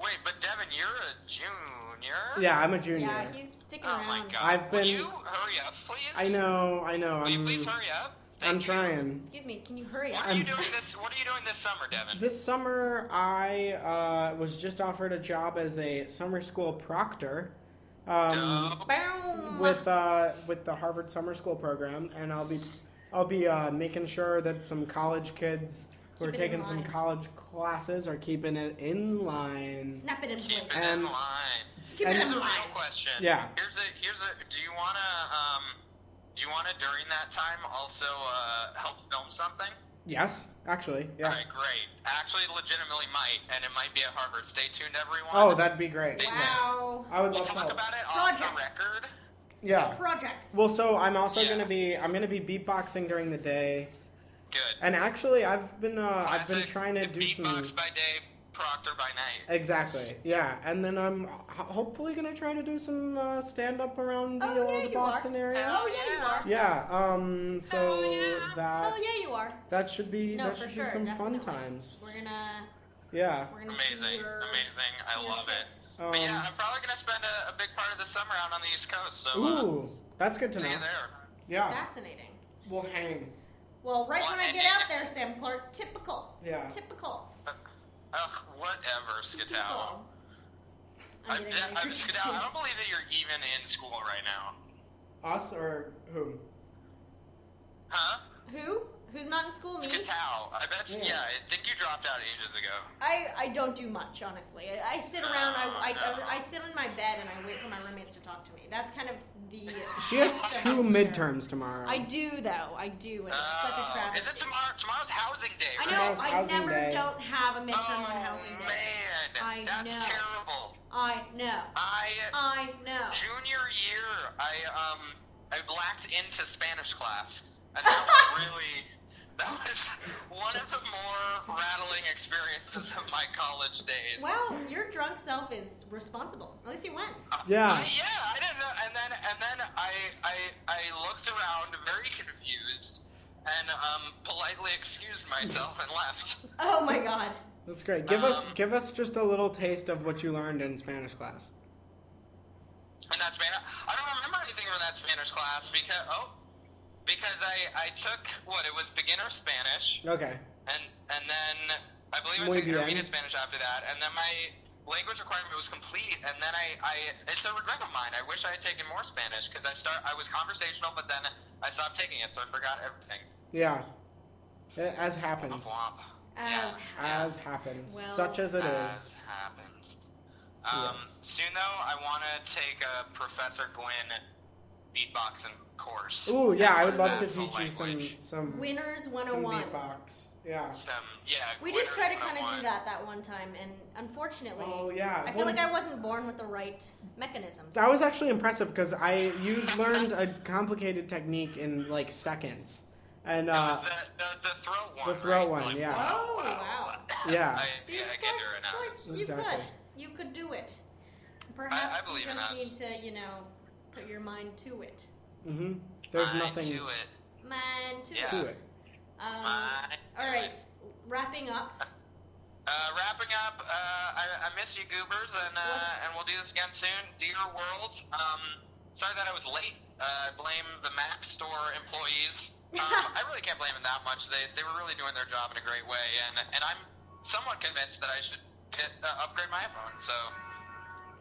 Speaker 3: Wait, but Devin, you're a junior.
Speaker 2: Yeah, I'm a junior.
Speaker 1: Yeah, he's sticking
Speaker 3: Oh
Speaker 1: around.
Speaker 3: my god.
Speaker 2: I've
Speaker 3: Will
Speaker 2: been-
Speaker 3: you hurry up, please?
Speaker 2: I know, I know.
Speaker 3: Will you
Speaker 2: I'm,
Speaker 3: please hurry up? Thank
Speaker 2: Um, I'm
Speaker 3: you.
Speaker 2: trying.
Speaker 1: Excuse me, can you hurry
Speaker 3: What
Speaker 1: up?
Speaker 3: are you
Speaker 2: I'm-
Speaker 3: doing this? What are you doing this summer, Devin?
Speaker 2: This summer, I uh, was just offered a job as a summer school proctor um,
Speaker 3: Dope.
Speaker 1: Boom.
Speaker 2: with uh, with the Harvard Summer School program, and I'll be I'll be uh, making sure that some college kids
Speaker 1: Keep
Speaker 2: who are
Speaker 1: it in
Speaker 2: taking some
Speaker 1: line.
Speaker 2: college classes are keeping it in line.
Speaker 1: Snap it in
Speaker 3: Keep
Speaker 1: place.
Speaker 3: it
Speaker 2: And-
Speaker 3: in line.
Speaker 1: Keep it
Speaker 2: and-
Speaker 3: Here's
Speaker 1: in
Speaker 3: a real
Speaker 1: line.
Speaker 3: question.
Speaker 2: um, Yeah.
Speaker 3: Here's a here's a. Do you wanna um? Do you wanna during that time also uh help film something?
Speaker 2: Yes, actually, yeah.
Speaker 3: Alright, great. Actually, legitimately might, and it might be at Harvard. Stay tuned, everyone.
Speaker 2: Oh, that'd be great.
Speaker 3: Wow.
Speaker 1: Wow.
Speaker 2: I would
Speaker 3: We'll
Speaker 2: love to.
Speaker 3: talk
Speaker 2: help.
Speaker 3: about it off the
Speaker 1: Projects.
Speaker 3: record.
Speaker 2: Yeah.
Speaker 1: Projects.
Speaker 2: Well, so I'm also
Speaker 3: Yeah.
Speaker 2: gonna be I'm gonna be beatboxing during the day,
Speaker 3: Good.
Speaker 2: and actually I've been uh, I've been
Speaker 3: Classic,
Speaker 2: trying to
Speaker 3: the
Speaker 2: do some
Speaker 3: beatbox by day, proctor by night.
Speaker 2: exactly yeah, and then I'm h- hopefully gonna try to do some uh, stand up around the,
Speaker 1: Oh,
Speaker 2: uh,
Speaker 1: yeah,
Speaker 2: the
Speaker 1: you
Speaker 2: Boston
Speaker 1: are.
Speaker 2: area.
Speaker 1: Oh, yeah, you are.
Speaker 2: Yeah, um, so
Speaker 3: Hell yeah.
Speaker 2: that
Speaker 1: Hell yeah, you are.
Speaker 2: that should be
Speaker 1: No,
Speaker 2: that
Speaker 1: for
Speaker 2: should
Speaker 1: sure.
Speaker 2: be some
Speaker 1: definitely.
Speaker 2: fun times.
Speaker 1: We're gonna.
Speaker 2: Yeah,
Speaker 1: We're gonna see
Speaker 3: Amazing,
Speaker 1: your.
Speaker 3: amazing. I
Speaker 1: see your
Speaker 3: love it.
Speaker 1: shit.
Speaker 2: um,
Speaker 3: But yeah, I'm probably gonna spend a, a big part of the summer out on the East Coast. So uh,
Speaker 2: ooh, that's good to
Speaker 3: see
Speaker 2: know.
Speaker 3: you there.
Speaker 2: Yeah,
Speaker 1: Fascinating.
Speaker 2: we'll hang.
Speaker 1: Well, right
Speaker 3: Well,
Speaker 1: when I
Speaker 3: and
Speaker 1: get
Speaker 3: then-
Speaker 1: out there, Sam Clark, typical.
Speaker 2: Yeah.
Speaker 1: Typical.
Speaker 3: Ugh, whatever, Scatal.
Speaker 1: Typical.
Speaker 3: I,
Speaker 1: I'm getting
Speaker 3: de- I'm
Speaker 1: angry.
Speaker 3: Scatal. I don't believe that you're even in school right now.
Speaker 2: Us or whom?
Speaker 3: Huh?
Speaker 1: Who? Who's not in school? Me?
Speaker 3: Scatal. I bet.
Speaker 2: Yeah.
Speaker 3: Yeah. I think you dropped out ages ago.
Speaker 1: I, I don't do much, honestly. I, I sit around, I, I, I, I sit in my bed and I wait for my roommates to talk to me. That's kind of the.
Speaker 2: She has
Speaker 1: system
Speaker 2: two
Speaker 1: I sit there.
Speaker 2: midterms tomorrow.
Speaker 1: I do, though. I do, and it's such a
Speaker 3: Oh,
Speaker 1: travesty.
Speaker 3: Is it tomorrow? Tomorrow's housing day.
Speaker 1: I
Speaker 3: right?
Speaker 1: know,
Speaker 2: Tomorrow's
Speaker 1: I
Speaker 2: housing
Speaker 1: never
Speaker 2: day.
Speaker 1: don't have a midterm
Speaker 3: oh,
Speaker 1: on housing day.
Speaker 3: man,
Speaker 1: I
Speaker 3: that's
Speaker 1: know.
Speaker 3: terrible.
Speaker 1: I know.
Speaker 3: I
Speaker 1: I know.
Speaker 3: junior year, I um, I blacked into Spanish class, and that was really that was one of the more rattling experiences of my college days.
Speaker 1: Wow, your drunk self is responsible. At least he went.
Speaker 2: Yeah.
Speaker 3: I- yeah, I didn't know. And then and then I I, I looked around very confused and um, politely excused myself and left.
Speaker 1: Oh my god.
Speaker 2: That's great. Give us
Speaker 3: Um,
Speaker 2: give us just a little taste of what you learned in Spanish class.
Speaker 3: In that Spanish, I don't remember anything from that Spanish class because oh, because I I took what it was beginner Spanish
Speaker 2: Okay.
Speaker 3: and and then I believe I
Speaker 2: Muy
Speaker 3: took
Speaker 2: bien.
Speaker 3: intermediate Spanish after that, and then my language requirement was complete, and then I, I it's a regret of mine. I wish I had taken more Spanish because I start I was conversational, but then I stopped taking it, so I forgot everything.
Speaker 2: Yeah. A- As happens.
Speaker 3: Womp womp.
Speaker 1: As
Speaker 3: Yeah.
Speaker 2: As
Speaker 1: happens.
Speaker 2: happens.
Speaker 1: Well, uh,
Speaker 2: Such as it is.
Speaker 3: As happens. Um,
Speaker 2: Yes.
Speaker 3: Soon though, I want to take a Professor Glenn beatboxing course.
Speaker 2: Ooh, yeah, I would love to
Speaker 3: Natural
Speaker 2: teach you some
Speaker 3: language.
Speaker 2: some,
Speaker 1: Winners
Speaker 2: some
Speaker 1: 101.
Speaker 2: beatbox. Yeah.
Speaker 3: Some yeah.
Speaker 1: We did
Speaker 3: Gwinnett
Speaker 1: try to kind of do
Speaker 3: 101.
Speaker 1: that that one time, and unfortunately,
Speaker 2: Oh yeah.
Speaker 1: I feel
Speaker 2: Well,
Speaker 1: like I wasn't born with the right mechanisms.
Speaker 2: That was actually impressive because I you learned a complicated technique in like seconds, and
Speaker 3: It was
Speaker 2: uh,
Speaker 3: the, the, the throat one.
Speaker 2: the throat
Speaker 3: right?
Speaker 2: one,
Speaker 3: Like,
Speaker 2: yeah.
Speaker 3: wow,
Speaker 1: Oh,
Speaker 3: wow.
Speaker 2: wow. Yeah.
Speaker 3: I,
Speaker 1: See,
Speaker 3: yeah, I
Speaker 1: Spark-
Speaker 3: can do it now.
Speaker 1: Spark, you
Speaker 2: Exactly.
Speaker 1: could. You could do it. Perhaps
Speaker 3: believe
Speaker 1: you
Speaker 3: in
Speaker 1: just
Speaker 3: us.
Speaker 1: need to, you know, put your mind to it.
Speaker 2: hmm there's
Speaker 3: Mine
Speaker 2: nothing
Speaker 3: to it.
Speaker 1: Mind to
Speaker 3: Yeah.
Speaker 2: to it.
Speaker 1: Um,
Speaker 3: Mine
Speaker 1: all
Speaker 3: to
Speaker 1: right,
Speaker 3: it.
Speaker 1: wrapping up.
Speaker 3: Uh, wrapping up, uh, I, I miss you, goobers, and
Speaker 1: What's-
Speaker 3: uh, and we'll do this again soon. Dear world, um, sorry that I was late. Uh, I blame the Mac store employees. Um, I really can't blame them that much. They they were really doing their job in a great way, and and I'm somewhat convinced that I should get uh, upgrade my iPhone. So,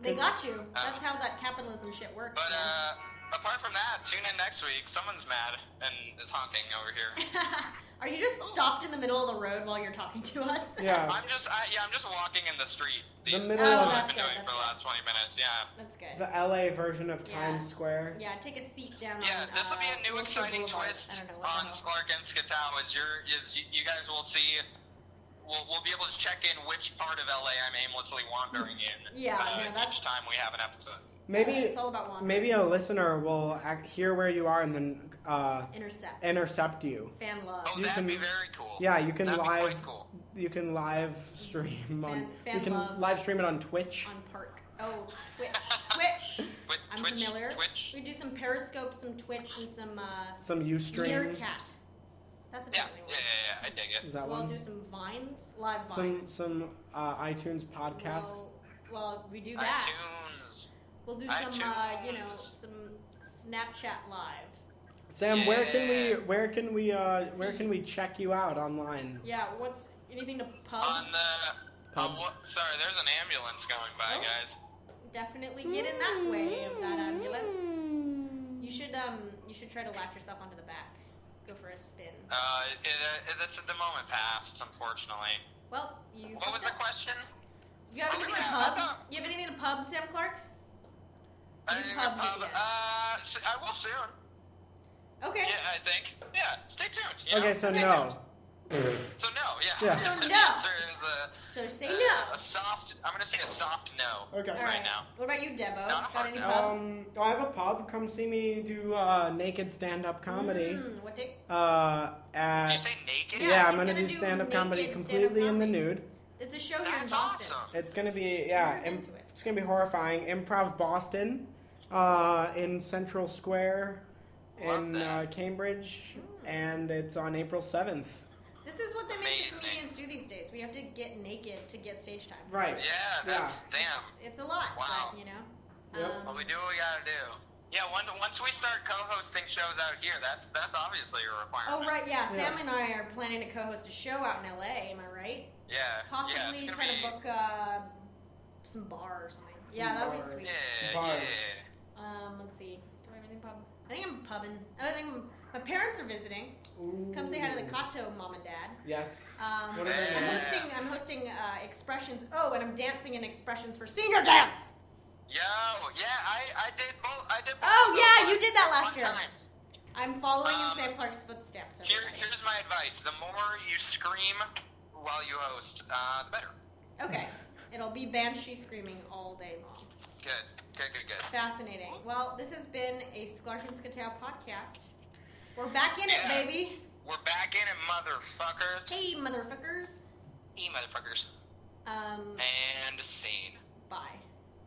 Speaker 1: They got you. That's
Speaker 3: Uh,
Speaker 1: how that capitalism shit works.
Speaker 3: but
Speaker 1: man.
Speaker 3: uh, apart from that, tune in next week. Someone's mad and is honking over here.
Speaker 1: Are you
Speaker 3: Oh.
Speaker 1: just stopped in the middle of the road while you're talking to us?
Speaker 2: Yeah,
Speaker 3: I'm just I, yeah, I'm just walking in the street.
Speaker 2: The
Speaker 3: These-
Speaker 2: middle
Speaker 3: that's
Speaker 2: of-
Speaker 3: what
Speaker 1: That's
Speaker 3: I've been
Speaker 1: good,
Speaker 3: doing
Speaker 1: that's
Speaker 3: for the
Speaker 1: good.
Speaker 3: last 20 minutes. Yeah.
Speaker 1: That's good.
Speaker 2: the L.A. version of Times
Speaker 1: Yeah.
Speaker 2: Square.
Speaker 1: yeah, take a seat down on
Speaker 3: Yeah, this will be
Speaker 1: uh,
Speaker 3: a new
Speaker 1: Wilshire
Speaker 3: exciting
Speaker 1: Boulevard. I
Speaker 3: twist
Speaker 1: don't know what
Speaker 3: on
Speaker 1: the hell.
Speaker 3: Slark and Skatow. Is your is you, you guys will see. We'll, we'll be able to check in which part of LA I'm aimlessly wandering in.
Speaker 1: Yeah, no,
Speaker 3: uh,
Speaker 1: that's-
Speaker 3: each time we have an episode.
Speaker 2: Maybe
Speaker 1: It's all about one.
Speaker 2: maybe a listener will ac hear where you are and then uh,
Speaker 1: Intercept.
Speaker 2: intercept you.
Speaker 1: Fan love.
Speaker 3: Oh,
Speaker 2: You
Speaker 3: that'd
Speaker 2: can-
Speaker 3: be very cool.
Speaker 2: Yeah, you can
Speaker 3: that'd be
Speaker 2: live
Speaker 3: quite cool.
Speaker 2: you can live stream on
Speaker 1: Fan- fan
Speaker 2: you can
Speaker 1: love.
Speaker 2: live stream it on Twitch.
Speaker 1: on Park. Oh, Twitch. Twitch.
Speaker 3: Twi-
Speaker 1: I'm
Speaker 3: Twitch,
Speaker 1: familiar.
Speaker 3: Twitch.
Speaker 1: We do some Periscope, some Twitch, and some uh,
Speaker 2: Some UStream.
Speaker 1: Meerkat. That's
Speaker 3: Yeah,
Speaker 1: apparently
Speaker 3: yeah, yeah, yeah. I dig it.
Speaker 2: Is that
Speaker 1: We'll
Speaker 2: one?
Speaker 1: do some vines, live
Speaker 2: some
Speaker 1: vine.
Speaker 2: some uh, iTunes podcast.
Speaker 1: We'll, well, we do that.
Speaker 3: iTunes.
Speaker 1: We'll do some, uh, you know,
Speaker 3: iTunes.
Speaker 1: some Snapchat live.
Speaker 2: Sam, where can we
Speaker 3: Yeah.
Speaker 2: where can we uh, where can we
Speaker 1: Feeds.
Speaker 2: check you out online?
Speaker 1: Yeah, what's anything to pub?
Speaker 3: On the.
Speaker 2: Pubs.
Speaker 3: On what, sorry, there's an ambulance going by,
Speaker 1: Oh.
Speaker 3: guys.
Speaker 1: Definitely get in that way of that
Speaker 2: Mm.
Speaker 1: ambulance. You should um you should try to latch yourself onto the back. Go for a spin.
Speaker 3: Uh, it, it, it's the moment passed, unfortunately.
Speaker 1: Well, you
Speaker 3: What was
Speaker 1: fucked
Speaker 3: the
Speaker 1: up.
Speaker 3: question?
Speaker 1: You have
Speaker 3: Oh,
Speaker 1: anything to
Speaker 3: yeah, I
Speaker 1: pub?
Speaker 3: thought-
Speaker 1: You have anything to pub, Sam Clark?
Speaker 3: I
Speaker 1: Any
Speaker 3: think the
Speaker 1: pubs at
Speaker 3: pub-
Speaker 1: the end?
Speaker 3: uh, s- I will soon.
Speaker 1: Okay.
Speaker 3: Yeah, I think. Yeah, stay tuned. you
Speaker 2: Okay,
Speaker 3: know?
Speaker 2: so
Speaker 3: Stay
Speaker 2: no.
Speaker 3: tuned. So no, yeah.
Speaker 2: Yeah.
Speaker 1: So
Speaker 3: The
Speaker 1: no.
Speaker 3: answer is a,
Speaker 1: So say
Speaker 3: a,
Speaker 1: no.
Speaker 3: a soft. I'm gonna say a soft no.
Speaker 2: Okay.
Speaker 1: All
Speaker 3: right now.
Speaker 1: What about you, Devo?
Speaker 3: Not
Speaker 1: Got
Speaker 3: hard
Speaker 1: any
Speaker 3: now.
Speaker 1: pubs?
Speaker 2: Um, I have a pub. Come see me do uh, naked stand-up comedy.
Speaker 1: Mm, what day?
Speaker 2: Uh,
Speaker 3: Did you
Speaker 2: at,
Speaker 3: say naked?
Speaker 2: yeah,
Speaker 1: Yeah,
Speaker 2: I'm
Speaker 1: he's
Speaker 2: gonna,
Speaker 1: gonna
Speaker 2: do
Speaker 1: do
Speaker 2: stand-up comedy
Speaker 1: naked
Speaker 2: completely
Speaker 1: stand-up
Speaker 2: in the
Speaker 1: comedy.
Speaker 2: nude.
Speaker 1: It's a show here in
Speaker 3: That's
Speaker 1: Boston.
Speaker 3: awesome.
Speaker 2: It's gonna be yeah,
Speaker 1: We're
Speaker 2: im-
Speaker 1: into it.
Speaker 2: it's gonna be horrifying. Improv Boston, uh, in Central Square,
Speaker 3: Love
Speaker 2: in uh,
Speaker 3: that.
Speaker 2: Cambridge,
Speaker 1: Hmm.
Speaker 2: and it's on April seventh.
Speaker 1: This is what they make the
Speaker 3: Amazing.
Speaker 1: comedians do these days. We have to get naked to get stage time.
Speaker 2: Right.
Speaker 3: Yeah, that's damn.
Speaker 1: It's, it's a lot,
Speaker 3: Wow.
Speaker 1: but you know.
Speaker 2: Yep.
Speaker 1: Um,
Speaker 3: Well, we do what we gotta do. Yeah, when, once we start co-hosting shows out here, that's that's obviously a requirement.
Speaker 1: Oh right, yeah.
Speaker 2: Yeah.
Speaker 1: Sam and I are planning to co-host a show out in LA. Am I right?
Speaker 3: Yeah. yeah, it's
Speaker 1: Possibly
Speaker 3: gonna
Speaker 1: try
Speaker 3: be,
Speaker 1: to book uh, some bar or something.
Speaker 2: Some
Speaker 1: yeah, that would
Speaker 2: bar.
Speaker 1: be sweet.
Speaker 3: Yeah,
Speaker 2: Bars.
Speaker 3: yeah.
Speaker 1: Um, let's see. Do I have anything pub? I think I'm pubbing. I think I'm, my parents are visiting. Come say hi to the Kato mom and dad.
Speaker 2: Yes.
Speaker 1: Um,
Speaker 2: What is
Speaker 1: I'm
Speaker 2: it?
Speaker 1: hosting. I'm hosting uh, expressions. Oh, and I'm dancing in expressions for senior dance.
Speaker 3: Yo, yeah, I, I did both. I did both.
Speaker 1: Oh,
Speaker 3: of
Speaker 1: yeah,
Speaker 3: those
Speaker 1: you did that
Speaker 3: fun
Speaker 1: last year.
Speaker 3: Times.
Speaker 1: I'm following in
Speaker 3: Um,
Speaker 1: Sam Clark's footsteps.
Speaker 3: Here,
Speaker 1: Everybody.
Speaker 3: here's my advice: the more you scream while you host, uh, the better.
Speaker 1: Okay, it'll be banshee screaming all day long.
Speaker 3: Good, good, good, good.
Speaker 1: Fascinating. Well, this has been a Sklark and Skatao podcast. We're back in
Speaker 3: Yeah.
Speaker 1: it, baby.
Speaker 3: We're back in it, motherfuckers.
Speaker 1: Hey, motherfuckers.
Speaker 3: E motherfuckers.
Speaker 1: Um,
Speaker 3: And scene.
Speaker 1: bye.